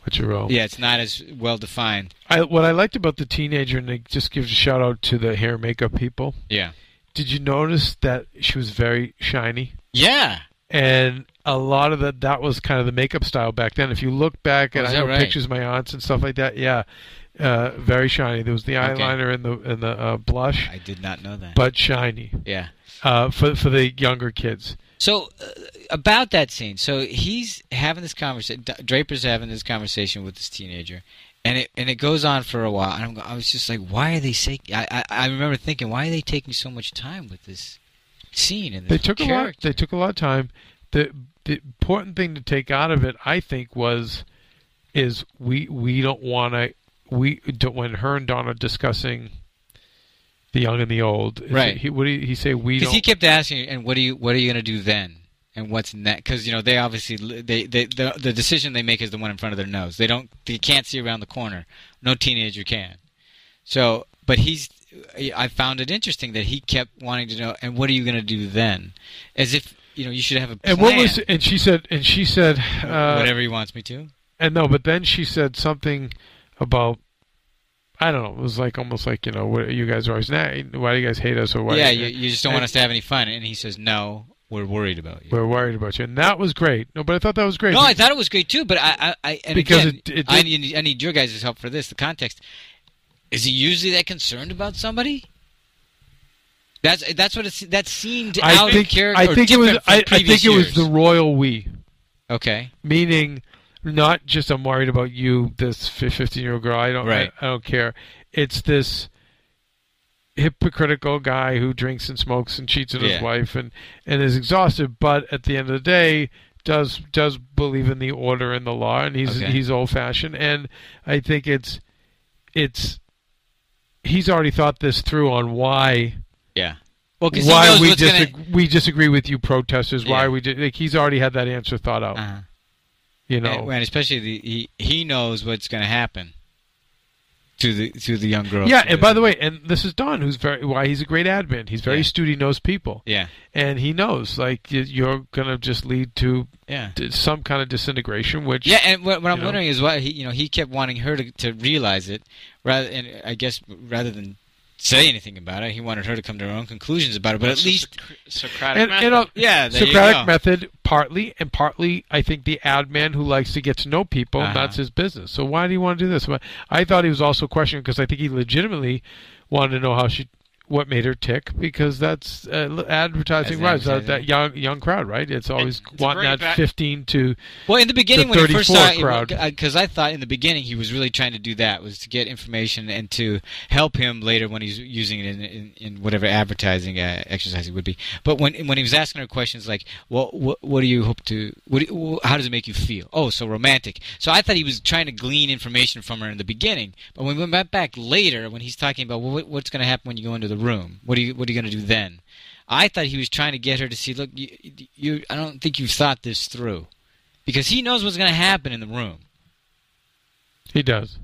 C: What's your role?
B: Yeah, it's not as well defined.
C: I, what I liked about the teenager, and it just gives a shout out to the hair and makeup people.
B: Yeah.
C: Did you notice that she was very shiny?
B: Yeah.
C: And a lot of that that was kind of the makeup style back then. If you look back,
B: Oh,
C: and
B: is
C: I
B: that
C: have
B: right?
C: pictures of my aunts and stuff like that. Yeah, uh, very shiny. There was the
B: Okay.
C: eyeliner and the and the uh, blush,
B: I did not know that.
C: but shiny
B: yeah.
C: uh, for for the younger kids.
B: So uh, about that scene, so he's having this conversation. Draper's having this conversation with this teenager, and it and it goes on for a while. And I'm, go- I was just like, why are they taking? I, I I remember thinking, why are they taking so much time with this scene? And
C: They
B: this
C: took a lot.
B: character?
C: They took a lot of time. The the important thing to take out of it, I think, was is we we don't want to we don't, when her and Don are discussing the young and the old. it's-
B: Right.
C: He, what do you, he say? We
B: Because
C: don't.
B: he kept asking, and what are you what are you gonna do then? And what's next? Because you know they obviously li- they, they the the decision they make is the one in front of their nose. They don't they can't see around the corner. No teenager can. So, but he's I found it interesting that he kept wanting to know. And what are you gonna do then? As if you know you should have a plan.
C: and what was? And she said. And she said. Uh,
B: whatever he wants me to.
C: And no, but then she said something about I don't know. It was like almost like you know, what, you guys are always na Why do you guys hate us or why?
B: yeah, you, you just don't want
C: and-
B: us to have any fun. And he says, no, we're worried about you.
C: We're worried about you, and that was great. No, but I thought that was [laughs] great.
B: No, I thought it was great too, but I, I, I and
C: Because
B: again,
C: it- it
B: I
C: did-
B: need, I need your guys' help for this. The context is he usually that concerned about somebody? That's that's what it's that seemed
C: I
B: out
C: think
B: of character.
C: I
B: or
C: think it was.
B: different from
C: I, I think
B: previous
C: it was
B: years.
C: the royal we,
B: okay.
C: meaning not just I'm worried about you, this fifteen-year-old girl. I don't.
B: Right.
C: I, I don't care. It's this hypocritical guy who drinks and smokes and cheats on
B: Yeah.
C: his wife and and is exhausted, but at the end of the day does does believe in the order and the law and he's
B: Okay.
C: he's old fashioned and I think it's it's he's already thought this through on why
B: Yeah. Well, because he
C: why
B: knows
C: we
B: what's
C: disagree,
B: gonna.
C: we disagree with you protesters
B: Yeah.
C: why we di- like he's already had that answer thought out
B: Uh-huh.
C: you know
B: And, and especially the, he he knows what's going to happen to the to the young girl.
C: yeah and by the way and this is Don who's very why he's a great admin he's very
B: Yeah.
C: astute he knows people
B: Yeah.
C: and he knows like y- you're gonna just lead to
B: Yeah.
C: d- some kind of disintegration which
B: Yeah, and what, what I'm
C: you know?
B: wondering is why he, you know, he kept wanting her to, to realize it, rather, and I guess rather than say anything about it, he wanted her to come to her own conclusions about it. But at least,
D: Socratic
C: and,
D: method.
C: and, uh,
B: yeah, there you
C: Socratic
B: go.
C: method partly, and partly I think the ad man who likes to get to know people.
B: Uh-huh.
C: That's his business. So why do you want to do this? Well, I thought he was also questioning because I think he legitimately wanted to know how she, what made her tick, because that's uh, l- advertising,
B: That's
C: right? So
B: advertising.
C: that young young crowd, right? It's always
D: it's a
C: wanting
D: very
C: that
D: back-
C: fifteen to
B: Well, in the beginning, when you first
C: 34
B: saw it,
C: crowd.
B: because I thought in the beginning he was really trying to do that was to get information and to help him later when he's using it in, in, in whatever advertising uh, exercise it would be. But when when he was asking her questions like, "Well, what, what do you hope to? What, do you- how does it make you feel? Oh, so romantic." So I thought he was trying to glean information from her in the beginning. But when we went back later, when he's talking about well, what, what's going to happen when you go into the room, what are you what are you going to do then? I thought he was trying to get her to see. Look, you, you I don't think you've thought this through because he knows what's going to happen in the room,
C: he does.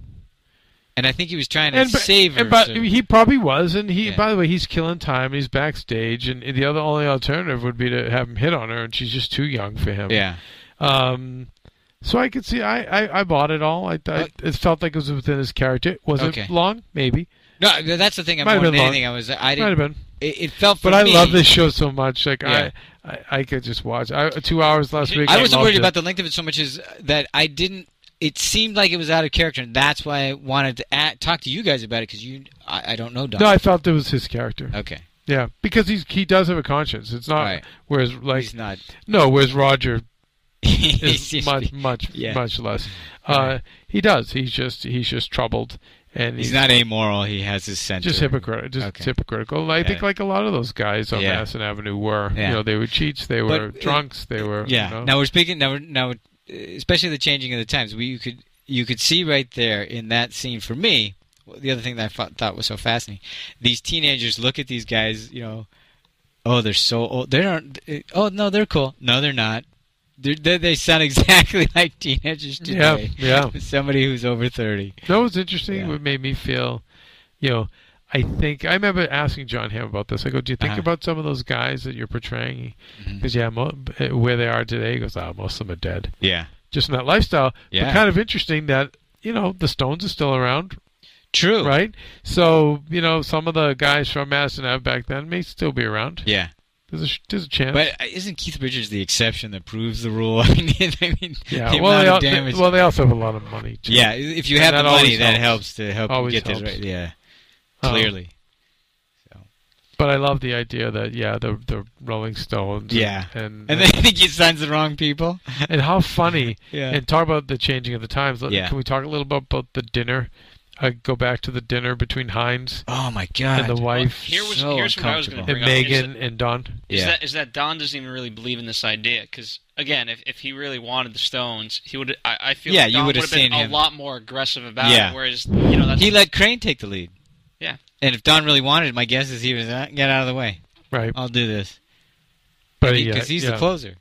B: and I think he was trying to
C: And, but,
B: save her.
C: and but
B: so-
C: he probably was, and he.
B: Yeah.
C: By the way, he's killing time. He's backstage, and the other only alternative would be to have him hit on her, and she's just too young for him.
B: yeah,
C: Um, so I could see. I, I, I bought it all. I, I
B: But-
C: it felt like it was within his character. Was
B: Uh, Okay.
C: it long? Maybe
B: no, th- that's the thing. I'm
C: Might have
B: more than
C: been long.
B: anything. I was, I
C: might have
B: didn't.
C: been.
B: It, it felt for
C: But I
B: me-
C: love this show so much. Like
B: Yeah.
C: I, I I could just watch. I, two hours last week.
B: I wasn't
C: loved
B: worried
C: it.
B: about the length of it so much as that I didn't. It seemed like it was out of character, and that's why I wanted to at, talk to you guys about it because you, I, I don't know, Don.
C: No, I felt it was his character.
B: okay,
C: Yeah, because he's he does have a conscience. It's not
B: Right.
C: whereas like
B: he's not.
C: no,
B: [laughs]
C: whereas Roger
B: he [laughs]
C: is
B: seems to
C: much
B: be-
C: much
B: Yeah.
C: much less. Uh, he does. He's just he's just troubled, and
B: he's not amoral. He has his sense.
C: just
B: of-
C: hypocritical. Just
B: Okay.
C: hypocritical. And I think
B: Yeah.
C: like a lot of those guys on
B: Yeah.
C: Madison Avenue were.
B: Yeah.
C: You know, they were cheats. They
B: But,
C: were
B: uh,
C: drunks. They were.
B: Yeah.
C: You know?
B: Now we're speaking. Now, we're, now, we're- especially the changing of the times. We you could you could see right there in that scene for me. The other thing that I thought, thought was so fascinating: these teenagers look at these guys. You know, oh, they're so old. They aren't. eh, Oh no, they're cool. No, they're not. They're, they they sound [laughs] exactly like teenagers
C: Yeah,
B: today.
C: yeah.
B: [laughs] Somebody who's over thirty.
C: that was interesting.
B: Yeah.
C: What made me feel, you know, I think I remember asking John Hamm about this. I go, "Do you think
B: Uh-huh. Mm-hmm.
C: about some of those guys that you're portraying?" Because yeah, mo- uh, where they are today, he goes, "Ah, most of them are dead."
B: Yeah.
C: Just in that lifestyle.
B: Yeah.
C: But kind of interesting that you know the Stones are still around.
B: True.
C: Right, so you know some of the guys from Madison Ave back then may still be around.
B: Yeah.
C: There's a sh- there's a chance.
B: But isn't Keith Richards the exception that proves the rule? [laughs] I mean, I mean
C: yeah,
B: the
C: well, they,
B: amount
C: al-
B: of damage.
C: well, they also have a lot of money. Too.
B: yeah, if you
C: and
B: have
C: that
B: the money,
C: always
B: that
C: helps.
B: helps to help you
C: Always
B: get this
C: helps.
B: right. Yeah,
C: Um, [laughs]
B: clearly.
C: But I love the idea that yeah, the the Rolling Stones.
B: Yeah.
C: and
B: And
C: and,
B: then I think he signs the wrong people.
C: [laughs] and how funny.
B: [laughs] Yeah.
C: And talk about the changing of the times. Let-
B: Yeah.
C: Can we talk a little bit about the dinner? I go back to the dinner between Heinz
B: oh my god.
C: and the wife
D: Here was
B: So
D: here's what I was going to
B: uncomfortable.
C: and
D: bring up. is
C: Megan and Don.
D: Is
B: Yeah.
D: that is that Don doesn't even really believe in this idea? Because again, if, if he really wanted the Stones, he would. I, I feel
B: Yeah,
D: like
B: you
D: Don would
B: would've
D: have been
B: seen him.
D: a lot more aggressive about
B: Yeah.
D: it. Whereas you know that's
B: he let Crane take the lead.
D: Yeah.
B: And if Don really wanted it, my guess is he was uh, get out of the way.
C: Right,
B: I'll do this
C: but
B: because
C: yeah,
B: he's
C: yeah.
B: the closer.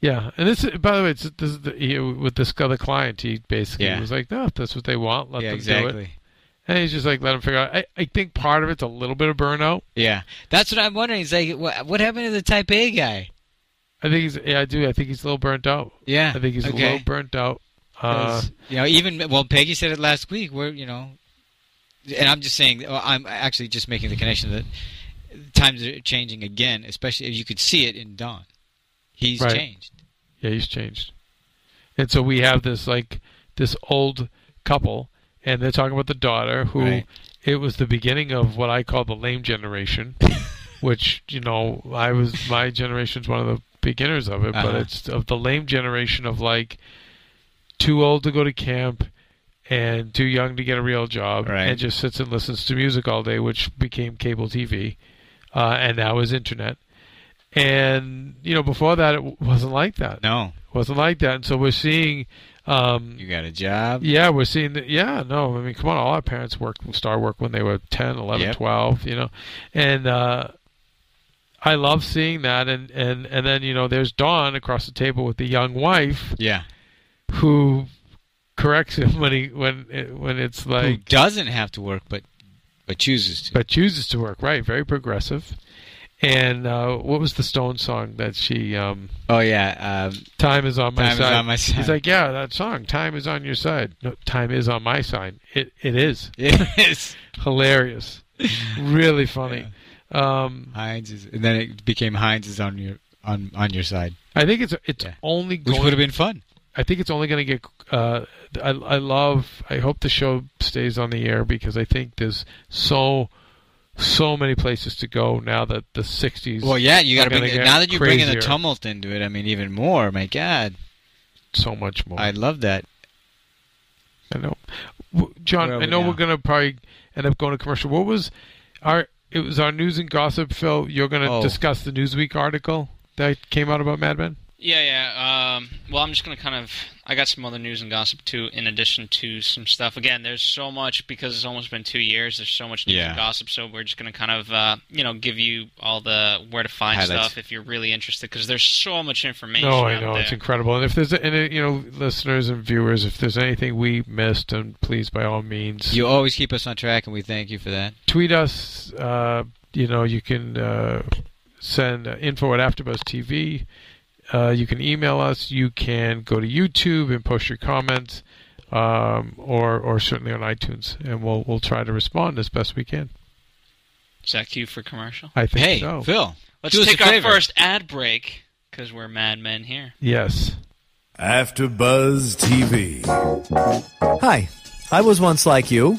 C: Yeah, and this is, by the way, it's, this is the, he, with this other client, he basically
B: Yeah.
C: was like, "No, if that's what they want, let
B: yeah,
C: them do it."
B: exactly.
C: And he's just like, "Let them figure out." I, I think part of it's a little bit of burnout.
B: Yeah, that's what I'm wondering. He's like, what, what happened to the Type A guy?
C: I think he's, yeah, I do. I think he's a little burnt out.
B: Yeah,
C: I think he's
B: okay.
C: a little burnt out. Uh,
B: 'Cause, you know, even well, Peggy said it last week. Where you know, and I'm just saying, well, I'm actually just making the connection that times are changing again. Especially if you could see it in Don, he's
C: Right.
B: changed.
C: yeah, he's changed. And so we have this like this old couple, and they're talking about the daughter who
B: Right.
C: it was the beginning of what I call the
B: [laughs]
C: lame generation, which you know I was my generation's one of the beginners of it, but
B: Uh-huh.
C: it's of the lame generation of like too old to go to camp and too young to get a real job
B: Right.
C: and just sits and listens to music all day, which became cable TV uh, and now is internet. And you know, before that, it w- wasn't like that.
B: No,
C: wasn't like that. And so we're seeing um,
B: you got a job.
C: yeah, we're seeing that. Yeah, no, I mean, come on, all our parents worked star work when they were 10, 11,
B: Yep.
C: 12, you know. And uh, I love seeing that. And, and, and then, you know, there's Dawn across the table with the young wife
B: Yeah,
C: who corrects him [laughs] when he when it, when it's
B: who
C: like
B: doesn't have to work but but chooses to.
C: but chooses to work right very progressive and uh, what was the stone song that she um,
B: oh yeah, um, [laughs]
C: Time is on my
B: Time is
C: side.
B: on my side.
C: He's like, yeah, that song. Time is on your side. No, time is on my side. It it is
B: it is [laughs]
C: hilarious, really funny. Um,
B: Heinz is, and then it became Heinz is on your on on your side,
C: I think it's it's
B: Yeah.
C: only
B: which
C: going.
B: would have been fun.
C: I think it's only going to get. Uh, I I love. I hope the show stays on the air because I think there's so so many places to go now that the '60s.
B: Well, yeah, you got
C: are
B: to
C: gonna
B: bring
C: get
B: now that you're bringing the
C: crazier.
B: tumult into it. I mean, even more. My God,
C: so much more.
B: I love that.
C: I know, W- John.
B: Where are
C: I
B: we
C: know
B: now?
C: we're gonna probably end up going to commercial. What was our? It was our news and gossip. Phil, you're gonna
B: Oh.
C: discuss the Newsweek article that came out about Mad Men.
D: yeah yeah. Um, well, I'm just going to kind of I got some other news and gossip too, in addition to some stuff. Again, there's so much because it's almost been two years. There's so much news
B: Yeah.
D: and gossip, so we're just going to kind of uh, you know give you all the where to find
B: Highlights.
D: stuff if you're really interested because there's so much information.
C: No, I
D: out
C: know
D: there.
C: it's incredible. And if there's and uh, you know listeners and viewers, if there's anything we missed, and please by all means
B: You always keep us on track, and we thank you for that.
C: tweet us. Uh, you know you can uh, send uh, info at AfterBuzz TV. Uh, you can email us. You can go to YouTube and post your comments, um, or or certainly on iTunes, and we'll we'll try to respond as best we can.
D: Is that cue for commercial?
C: I think
B: Hey,
C: so.
B: Phil,
D: Let's
B: do us a
D: take our
B: favor.
D: first ad break because we're madmen here.
C: Yes.
G: After Buzz TV.
A: Hi, I was once like you,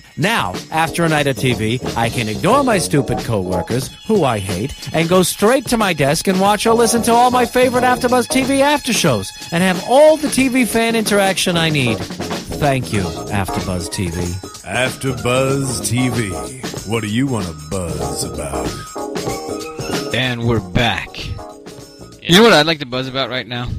A: Now, after a night of TV, I can ignore my stupid coworkers, who I hate, and go straight to my desk and watch or listen to all my favorite AfterBuzz TV after shows, and have all the TV fan interaction I need. Thank you, AfterBuzz TV.
G: After Buzz TV. What do you want to buzz about?
B: And we're back. You know what I'd like to buzz about right now?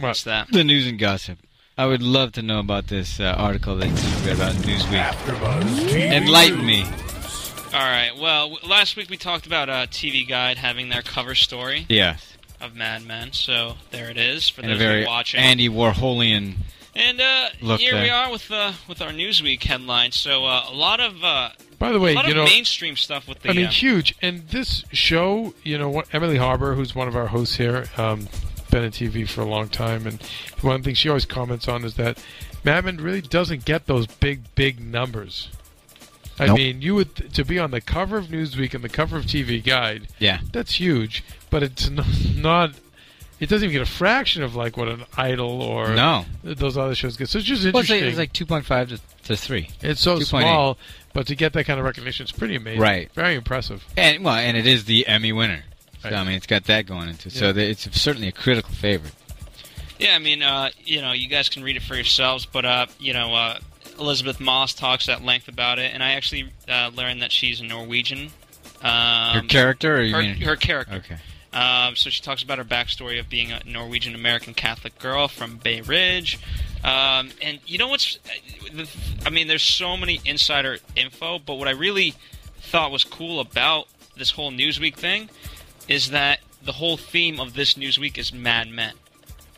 D: What's that?
B: The news and gossip. I would love to know about this uh, article that you read about Newsweek. Enlighten me.
D: All right. Well, w- last week we talked about uh, TV Guide having their cover story
B: Yes.
D: of Mad Men, so there it is for
B: And a
D: those
B: very
D: watching.
B: Andy Warholian.
D: And uh,
B: Look
D: here we
B: there.
D: are with uh, with our Newsweek headline. So uh, a lot of uh,
C: By the way,
D: a lot
C: you
D: of
C: know,
D: mainstream stuff with the.
C: I mean,
D: uh,
C: huge. And this show, you know, what, Emily Harbour, who's one of our hosts here, um, been on TV for a long time, and one thing she always comments on is that Mad Men really doesn't get those big, big numbers. I
B: Nope.
C: mean, you would to be on the cover of Newsweek and the cover of TV Guide.
B: Yeah.
C: That's huge, but it's n- not. It doesn't even get a fraction of like what an Idol or
B: No.
C: those other shows get. So it's just
B: Well, it's
C: interesting.
B: like, it's like 2.5 to, to 3.
C: It's so
B: 2.8.
C: small, but to get that kind of recognition, it's pretty amazing.
B: Right.
C: Very impressive.
B: And well, and it is the Emmy winner. So,
C: Right.
B: I mean, it's got that going into it. So
C: Yeah.
B: the, it's certainly a critical favorite.
D: Yeah, I mean, uh, you know, you guys can read it for yourselves, but uh, you know, uh, Elizabeth Moss talks at length about it, and I actually uh, learned that she's a Norwegian. Um,
B: Her character, or you
D: her,
B: mean
D: her character.
B: Okay.
D: Um, so she talks about her backstory of being a Norwegian American Catholic girl from Bay Ridge. Um, and you know what's. I mean, there's so many insider info, but what I really thought was cool about this whole Newsweek thing is that the whole theme of this Newsweek is Mad Men.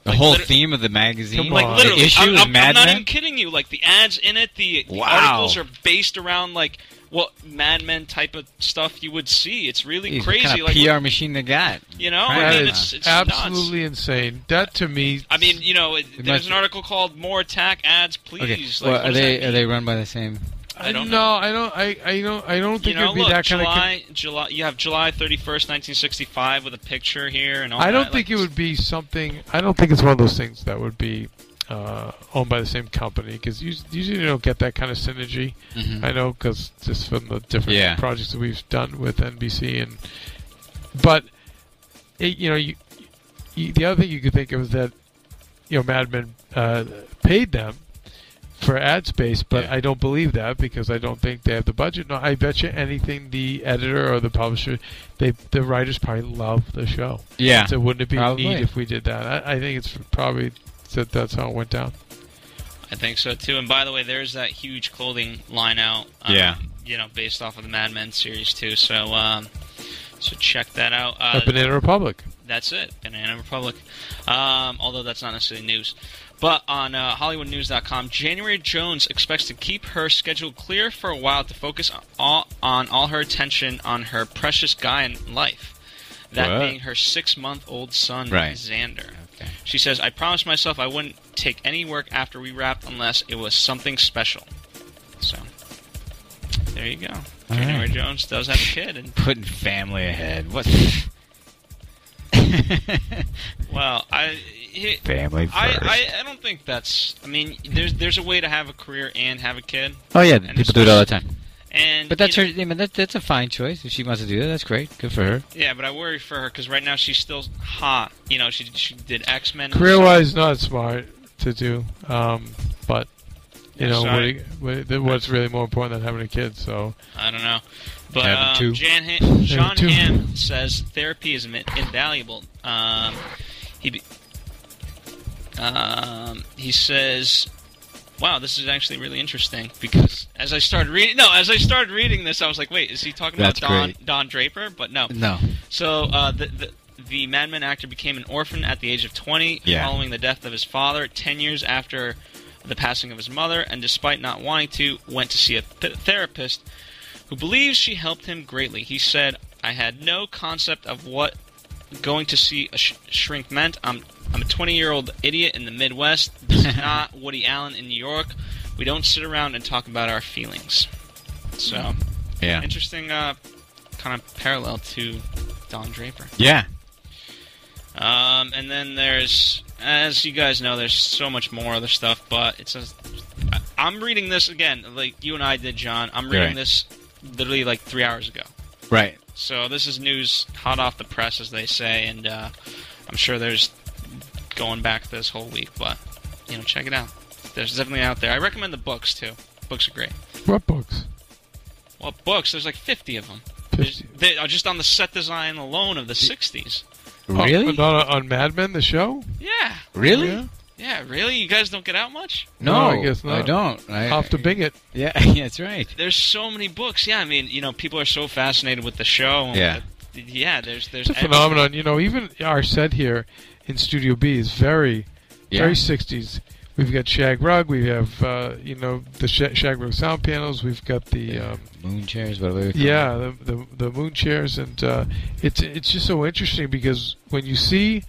B: The
D: Like,
B: whole
D: liter-
B: theme of the magazine,
C: Come Like, on.
B: Uh, the
D: Literally,
B: issue
D: I'm,
B: is
D: I'm- I'm
B: Mad
D: not
B: Men.
D: even kidding you. Like the ads in it, the, the
B: Wow.
D: articles are based around like what Mad Men type of stuff you would see. It's really
B: Jeez, what
D: crazy.
B: kind of
D: like
B: PR machine they got.
D: you know,
B: Right.
D: I
C: That
D: mean,
C: is
D: it's, it's nuts.
C: absolutely insane. That to me,
D: I mean, you know, it,
B: It
D: there's
B: must-
D: an article called "More Attack Ads, Please."
B: Okay.
D: Like,
B: well,
D: what
B: are
D: does that
B: they are
D: mean?
B: they run by the same?
D: I don't
C: no, I don't. I, I don't. I don't
D: You
C: think
D: know,
C: it'd be
D: look,
C: that kind of.
D: July, July. You have July 31st, 1965, with a picture here and all.
C: I don't
D: that,
C: think
D: like,
C: it would be something. I don't think it's one of those things that would be uh, owned by the same company because usually you don't get that kind of synergy. I know because just from the different
B: Yeah.
C: projects that we've done with NBC and, but, it, you know, you, you, the other thing you could think of is that, you know, Mad Men uh, paid them for ad space, but
B: Yeah.
C: I don't believe that because I don't think they have the budget. No, I bet you anything the editor or the publisher, they the writers probably love the show.
B: Yeah.
C: So wouldn't it be
B: Probably.
C: neat if we did that? I, I think it's probably that that's how it went down.
D: I think so too. And by the way, there's that huge clothing line out. Um,
B: Yeah.
D: You know, based off of the Mad Men series too. So, um, so check that out. Uh,
C: At Banana Republic.
B: Mm-hmm.
D: That's it, Banana Republic. Um, although that's not necessarily news. But on uh, HollywoodNews.com, January Jones expects to keep her schedule clear for a while to focus on all, on all her attention on her precious guy in life. That
B: What?
D: being her six month old son,
B: Right.
D: Xander.
B: Okay.
D: She says, I promised myself I wouldn't take any work after we wrapped unless it was something special. So, there you go.
B: All
D: January
B: right.
D: Jones does have a kid, and
B: Putting family ahead. What?
D: Well, I
B: [laughs]
D: he-
B: Family
D: I,
B: first.
D: I I don't think that's. I mean, there's there's a way to have a career and have a kid,
B: oh yeah,
D: And
B: people do it all the time.
D: and
B: But that's her.
D: you
B: I mean, that, that's a fine choice. If she wants to do that, that's great. Good for her.
D: Yeah, but I worry for her because right now she's still hot. You know, she she did X Men.
C: Career wise, not smart to do, um, but. You
D: Yeah,
C: know what,
D: sorry.
C: do you- what, the- what's really more important than having a kid. So
D: I don't know, but
B: Having two.
D: um, Jan ha- John
C: two.
D: Hamm says therapy is mi- invaluable. Um, he be- um, he says. Wow, this is actually really interesting because as I started reading, no, as I started reading this, I was like, "Wait, is he talking
B: That's
D: about Don
B: great.
D: Don Draper?" But no,
B: No.
D: So uh, the, the the Mad Men actor became an orphan at the age of 20,
B: Yeah.
D: following the death of his father, 10 years after the passing of his mother, and despite not wanting to, went to see a th- therapist who believes she helped him greatly. He said, "I had no concept of what going to see a sh- shrink meant. I'm I'm a 20 year old idiot in the Midwest. This is not Woody Allen in New York. We don't sit around and talk about our feelings." So
B: Yeah.
D: interesting uh, kind of parallel to Don Draper.
B: Yeah.
D: Um, and then there's, as you guys know, there's so much more other stuff, but it's a. I- I'm reading this again, like you and I did, John. I'm reading
B: Right.
D: this literally like three hours ago.
B: Right.
D: So this is news hot off the press, as they say, and uh, I'm sure there's going back this whole week, but, you know, check it out. There's definitely out there. I recommend the books, too. Books are great.
C: what books?
D: Well, books, there's like 50 of them. There's- They are just on the set design alone of the '60s.
C: Oh,
B: Really?
C: not on, on Mad Men, the show?
D: Yeah,
B: Really?
C: Yeah.
D: yeah, really. You guys don't get out much.
B: No,
C: No, I guess not.
B: I don't. I,
C: Off to Bing it.
B: [laughs] yeah, yeah, that's right.
D: There's so many books. Yeah, I mean, you know, people are so fascinated with the show. and
B: Yeah.
D: the- yeah. There's there's
C: It's
B: eh.
C: a phenomenon. You know, even our set here in Studio B is very,
B: Yeah.
C: very 60s. We've got shag rug. We have, uh, you know, the sh- shag rug sound panels. We've got the, um,
B: Moon chairs, whatever. they call
C: yeah, the, the the moon chairs, and uh, it's it's just so interesting because when you see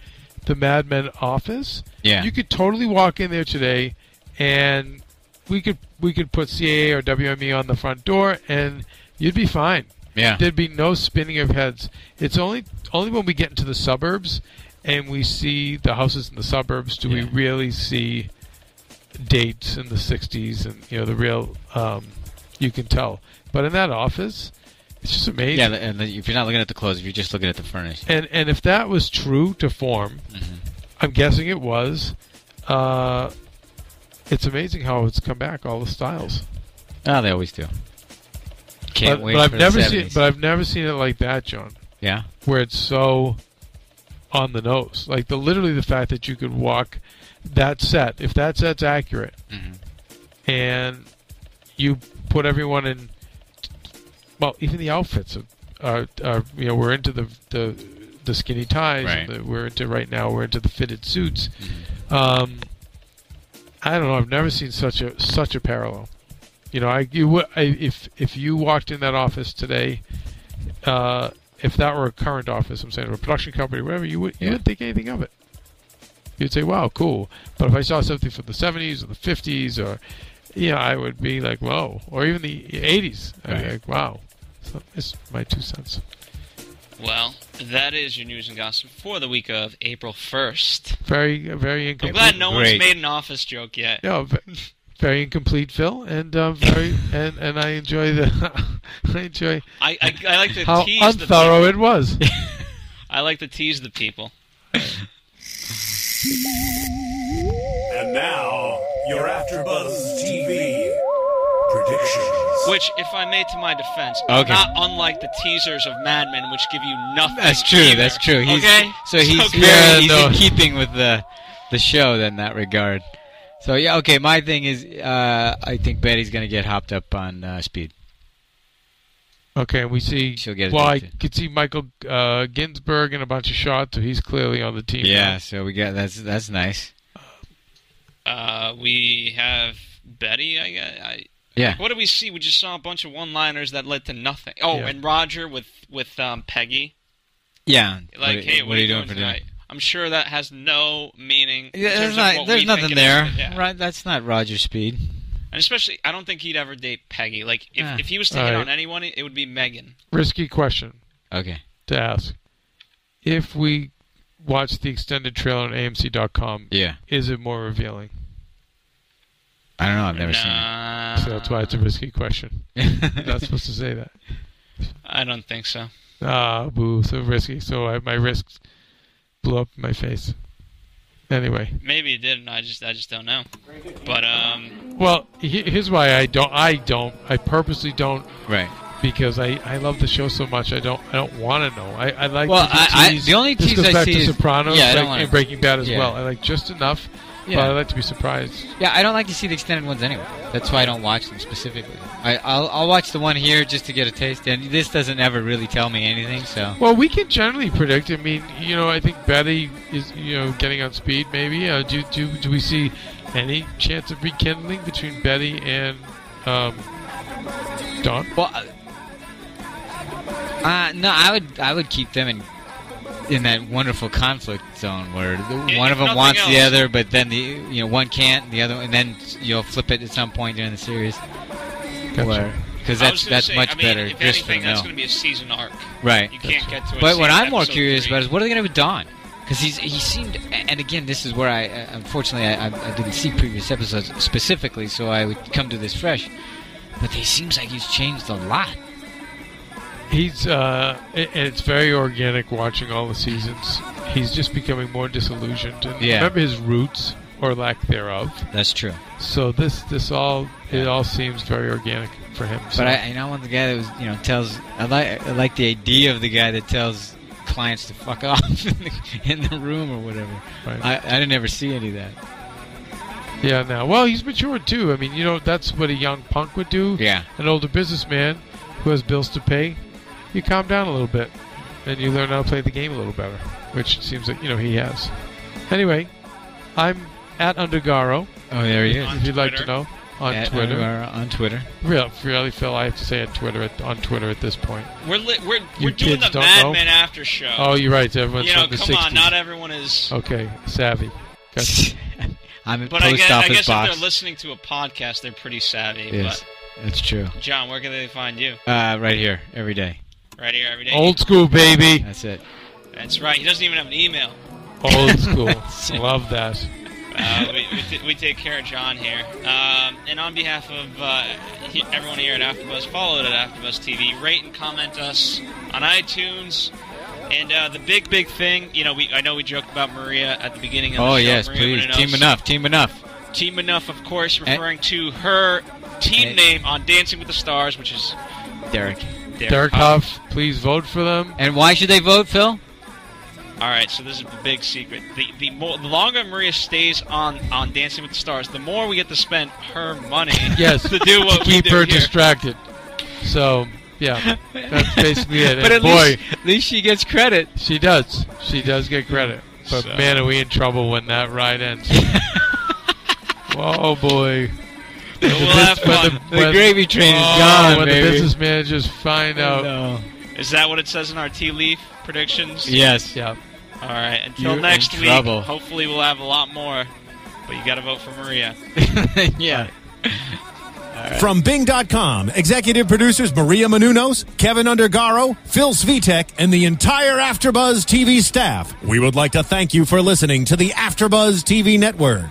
C: the Mad Men office,
B: Yeah.
C: you could totally walk in there today, and we could we could put CAA or WME on the front door, and you'd be fine.
B: it. yeah.
C: There'd be no spinning of heads. It's only only when we get into the suburbs and we see the houses in the suburbs do we
B: Yeah.
C: really see dates in the '60s and you know the real. Um, you can tell, but in that office, it's just amazing.
B: Yeah, and the- if you're not looking at the clothes, if you're just looking at the furniture.
C: and and if that was true to form,
B: Hmm. Mm-hmm.
C: I'm guessing it was. Uh, it's amazing how it's come back, all the styles.
B: Oh, they always do. Can't
C: but,
B: wait
C: but I've
B: for
C: never
B: the 70s.
C: seen, but I've never seen it like that, John.
B: yeah,
C: where it's so on the nose. Like the literally the fact that you could walk that set, if that set's accurate,
B: Mm-hmm.
C: and you put everyone in, well, even the outfits are, are, are you know we're into the the, the skinny ties. and
B: Right.
C: the- we're into right now. We're into the fitted suits.
B: Mm-hmm.
C: Um, I don't know. I've never seen such a such a parallel. You know, I you would I, if if you walked in that office today, uh, if that were a current office, I'm saying, of a production company, whatever, you would you
B: Yeah.
C: wouldn't think anything of it. You'd say, "Wow, cool." But if I saw something from the '70s or the '50s, or yeah, I would be like, "Whoa!" Or even the '80s, I'd be
B: Right.
C: like, "Wow." So it's my two cents.
D: Well, that is your news and gossip for the week of April 1st.
C: Very, very
D: I'm
C: incomplete.
D: glad no
B: Great.
D: one's made an office joke yet.
C: Yeah, ve- very incomplete, Phil, and uh, very and and I enjoy the [laughs] I enjoy
D: I, I,
B: [laughs]
D: I like to
C: how
D: tease the people.
C: unthorough it
D: [laughs]
C: was.
D: I like to tease the people.
H: And now, your AfterBuzz TV predictions.
D: Which, if I may, to my defense,
B: Okay.
D: not unlike the teasers of Mad Men, which give you nothing.
B: that's true.
D: either.
B: That's true. He's,
D: okay,
B: So he's
D: [laughs] Okay.
B: very- he's
C: no.
B: in keeping with the the show then in that regard. So yeah, okay. My thing is, uh, I think Betty's gonna get hopped up on uh, speed.
C: Okay, and we see.
B: She'll get
C: well, I
B: addicted.
C: could see Michael uh, Ginsburg in a bunch of shots, so he's clearly on the team.
B: Yeah. So we got that's that's nice.
D: Uh, we have Betty. I, I,
B: Yeah.
D: I, what do we see? We just saw a bunch of one-liners that led to nothing. Oh,
C: Yeah.
D: and Roger with with um, Peggy.
B: Yeah.
D: Like,
B: what,
D: hey, what,
B: are you doing, for dinner?
D: tonight? I'm sure that has no meaning. in
B: Yeah,
D: terms
B: There's
D: of
B: not.
D: what
B: There's
D: we
B: nothing
D: think
B: there.
D: about it. Yeah.
B: Right. That's not Roger Speed.
D: And especially, I don't think he'd ever date Peggy. Like, if,
B: Ah.
D: if he was taking
C: Alright.
D: on anyone, it would be Megan.
C: Risky question
B: Okay.
C: to ask. If we watch the extended trailer on AMC.com,
B: Yeah.
C: is it more revealing?
B: I don't know. I've never
D: Nah,
C: So that's why
D: Uh.
C: it's a risky question.
B: seen [laughs] it.
C: Not supposed to say that.
D: I don't think so.
C: Ah, boo, so risky. So I, my risks blew up in my face. Anyway,
D: Maybe it didn't. I just, I just don't know. But um,
C: well, he, here's why I don't. I don't. I purposely don't
B: right.
C: because I, I love the show so much. I don't I don't want to know. I, I like
B: Well,
C: to be
B: I- I-
C: teased.
B: the only
C: this
B: tease
C: goes
B: I
C: back
B: see
C: to
B: is-
C: Sopranos
B: yeah, I don't
C: like,
B: wanna-
C: and Breaking Bad as
B: yeah.
C: well. I like just enough,
B: Yeah.
C: but I like to be surprised.
B: Yeah, I don't like to see the extended ones anyway. That's why I don't watch them specifically. I, I'll, I'll watch the one here just to get a taste, and this doesn't ever really tell me anything. So
C: Well, we can generally predict. I mean, you know, I think Betty is you know getting on speed. Maybe uh, do do do we see any chance of rekindling between Betty and um, Don?
B: Well, uh, uh, no, I would I would keep them in in that wonderful conflict zone where the,
D: If
B: one of them
D: nothing
B: wants the
D: else.
B: other, but then the you know one can't, the other, and then you'll flip it at some point during the series, where because
D: I
B: that's
D: was gonna
B: that's
D: say,
B: much
D: I mean,
B: better
D: If
B: just for the
D: anything, that's
B: mill.
D: going to be a season arc.
B: right?
D: You can't get to. A
B: But what
D: season-
B: I'm more
D: episode
B: curious
D: three.
B: about is what are they going to do with Don? Because he's he seemed, and again, this is where I uh, unfortunately I, I, I didn't see previous episodes specifically, so I would come to this fresh. But he seems like he's changed a lot.
C: He's uh, a- and it's very organic watching all the seasons. He's just becoming more disillusioned. And
B: Yeah.
C: Remember his roots or lack thereof.
B: That's true.
C: So this this all it all seems very organic. for him. so-
B: But I, you know, I want the guy that was, you know, tells. I like, I like the idea of the guy that tells clients to fuck off [laughs] in the, in the room or whatever.
C: Right.
B: I, I didn't ever see any of that.
C: Yeah, now. Well, he's matured too. I mean, you know, that's what a young punk would do.
B: Yeah.
C: An older businessman who has bills to pay, you calm down a little bit and you learn how to play the game a little better, which it seems like, you know, he has. Anyway, I'm at Undergaro,
B: Oh, there he is.
C: if you'd like to
D: Twitter.
C: know, on
B: At-
C: Twitter.
B: uh, on Twitter.
C: Real, really, Phil, I have to say at Twitter at, on Twitter at this point.
D: We're li- we're,
C: You
D: we're doing
C: kids
D: the
C: don't know?
D: Mad Men after show.
C: Oh, you're right. Everyone's
D: you know,
C: from the
D: come
C: 60s.
D: on, not everyone is.
B: Oh,
C: okay, savvy. Gotcha.
B: [laughs] I'm in
D: But I
B: post
D: guess, I
B: office
D: guess
B: box.
D: if they're listening to a podcast, they're pretty savvy.
B: yes, that's true.
D: But John, where can they find you?
B: Uh, right here, every day.
D: Right here every day.
C: Old school, baby.
B: That's it.
D: That's right. He doesn't even have an email. [laughs]
C: Old school. Love that.
D: Uh, we, we, t- we take care of John here. Um, and on behalf of uh, he, everyone here at AfterBuzz, follow it at AfterBuzz TV. Rate and comment us on iTunes. And uh, the big, big thing, you know, we I know we joked about Maria at the beginning of the show.
B: Oh yes,
D: Maria
B: please.
D: Menounos.
B: Team enough. Team enough.
D: Team Enough, of course, referring to her team
B: And-
D: name on Dancing with the Stars, which is
B: Derek.
D: Derek,
C: Derek
D: Huff.
C: Huff, please vote for them.
B: And why should they vote, Phil?
D: All right, so this is the big secret. The the, more, the longer Maria stays on on Dancing with the Stars, the more we get to spend her money
C: [laughs] Yes,
D: [laughs] to do what we
C: keep
D: do
C: her
D: here.
C: distracted. So yeah,
D: [laughs]
C: that's basically it.
B: [laughs] but
C: And
B: at
C: boy,
B: least, at least she gets credit.
C: she does. She does get credit. But
D: So-
C: man, are we in trouble when that ride
D: [laughs]
C: ends? Whoa, boy!
D: But we'll have fun.
B: The gravy train is
C: oh,
B: gone,
C: when
B: baby. Oh.
C: the business managers find out.
B: No.
D: Is that what it says in our tea leaf predictions?
B: Yes. [laughs]
C: Yeah,
D: All right. Until
B: You're
D: next
B: in
D: week,
B: trouble.
D: hopefully we'll have a lot more. But you got to vote for Maria.
B: yeah.
A: From Bing.com, executive producers Maria Manunos, Kevin Undergaro, Phil Svitek, and the entire Afterbuzz TV staff. We would like to thank you for listening to the Afterbuzz TV network.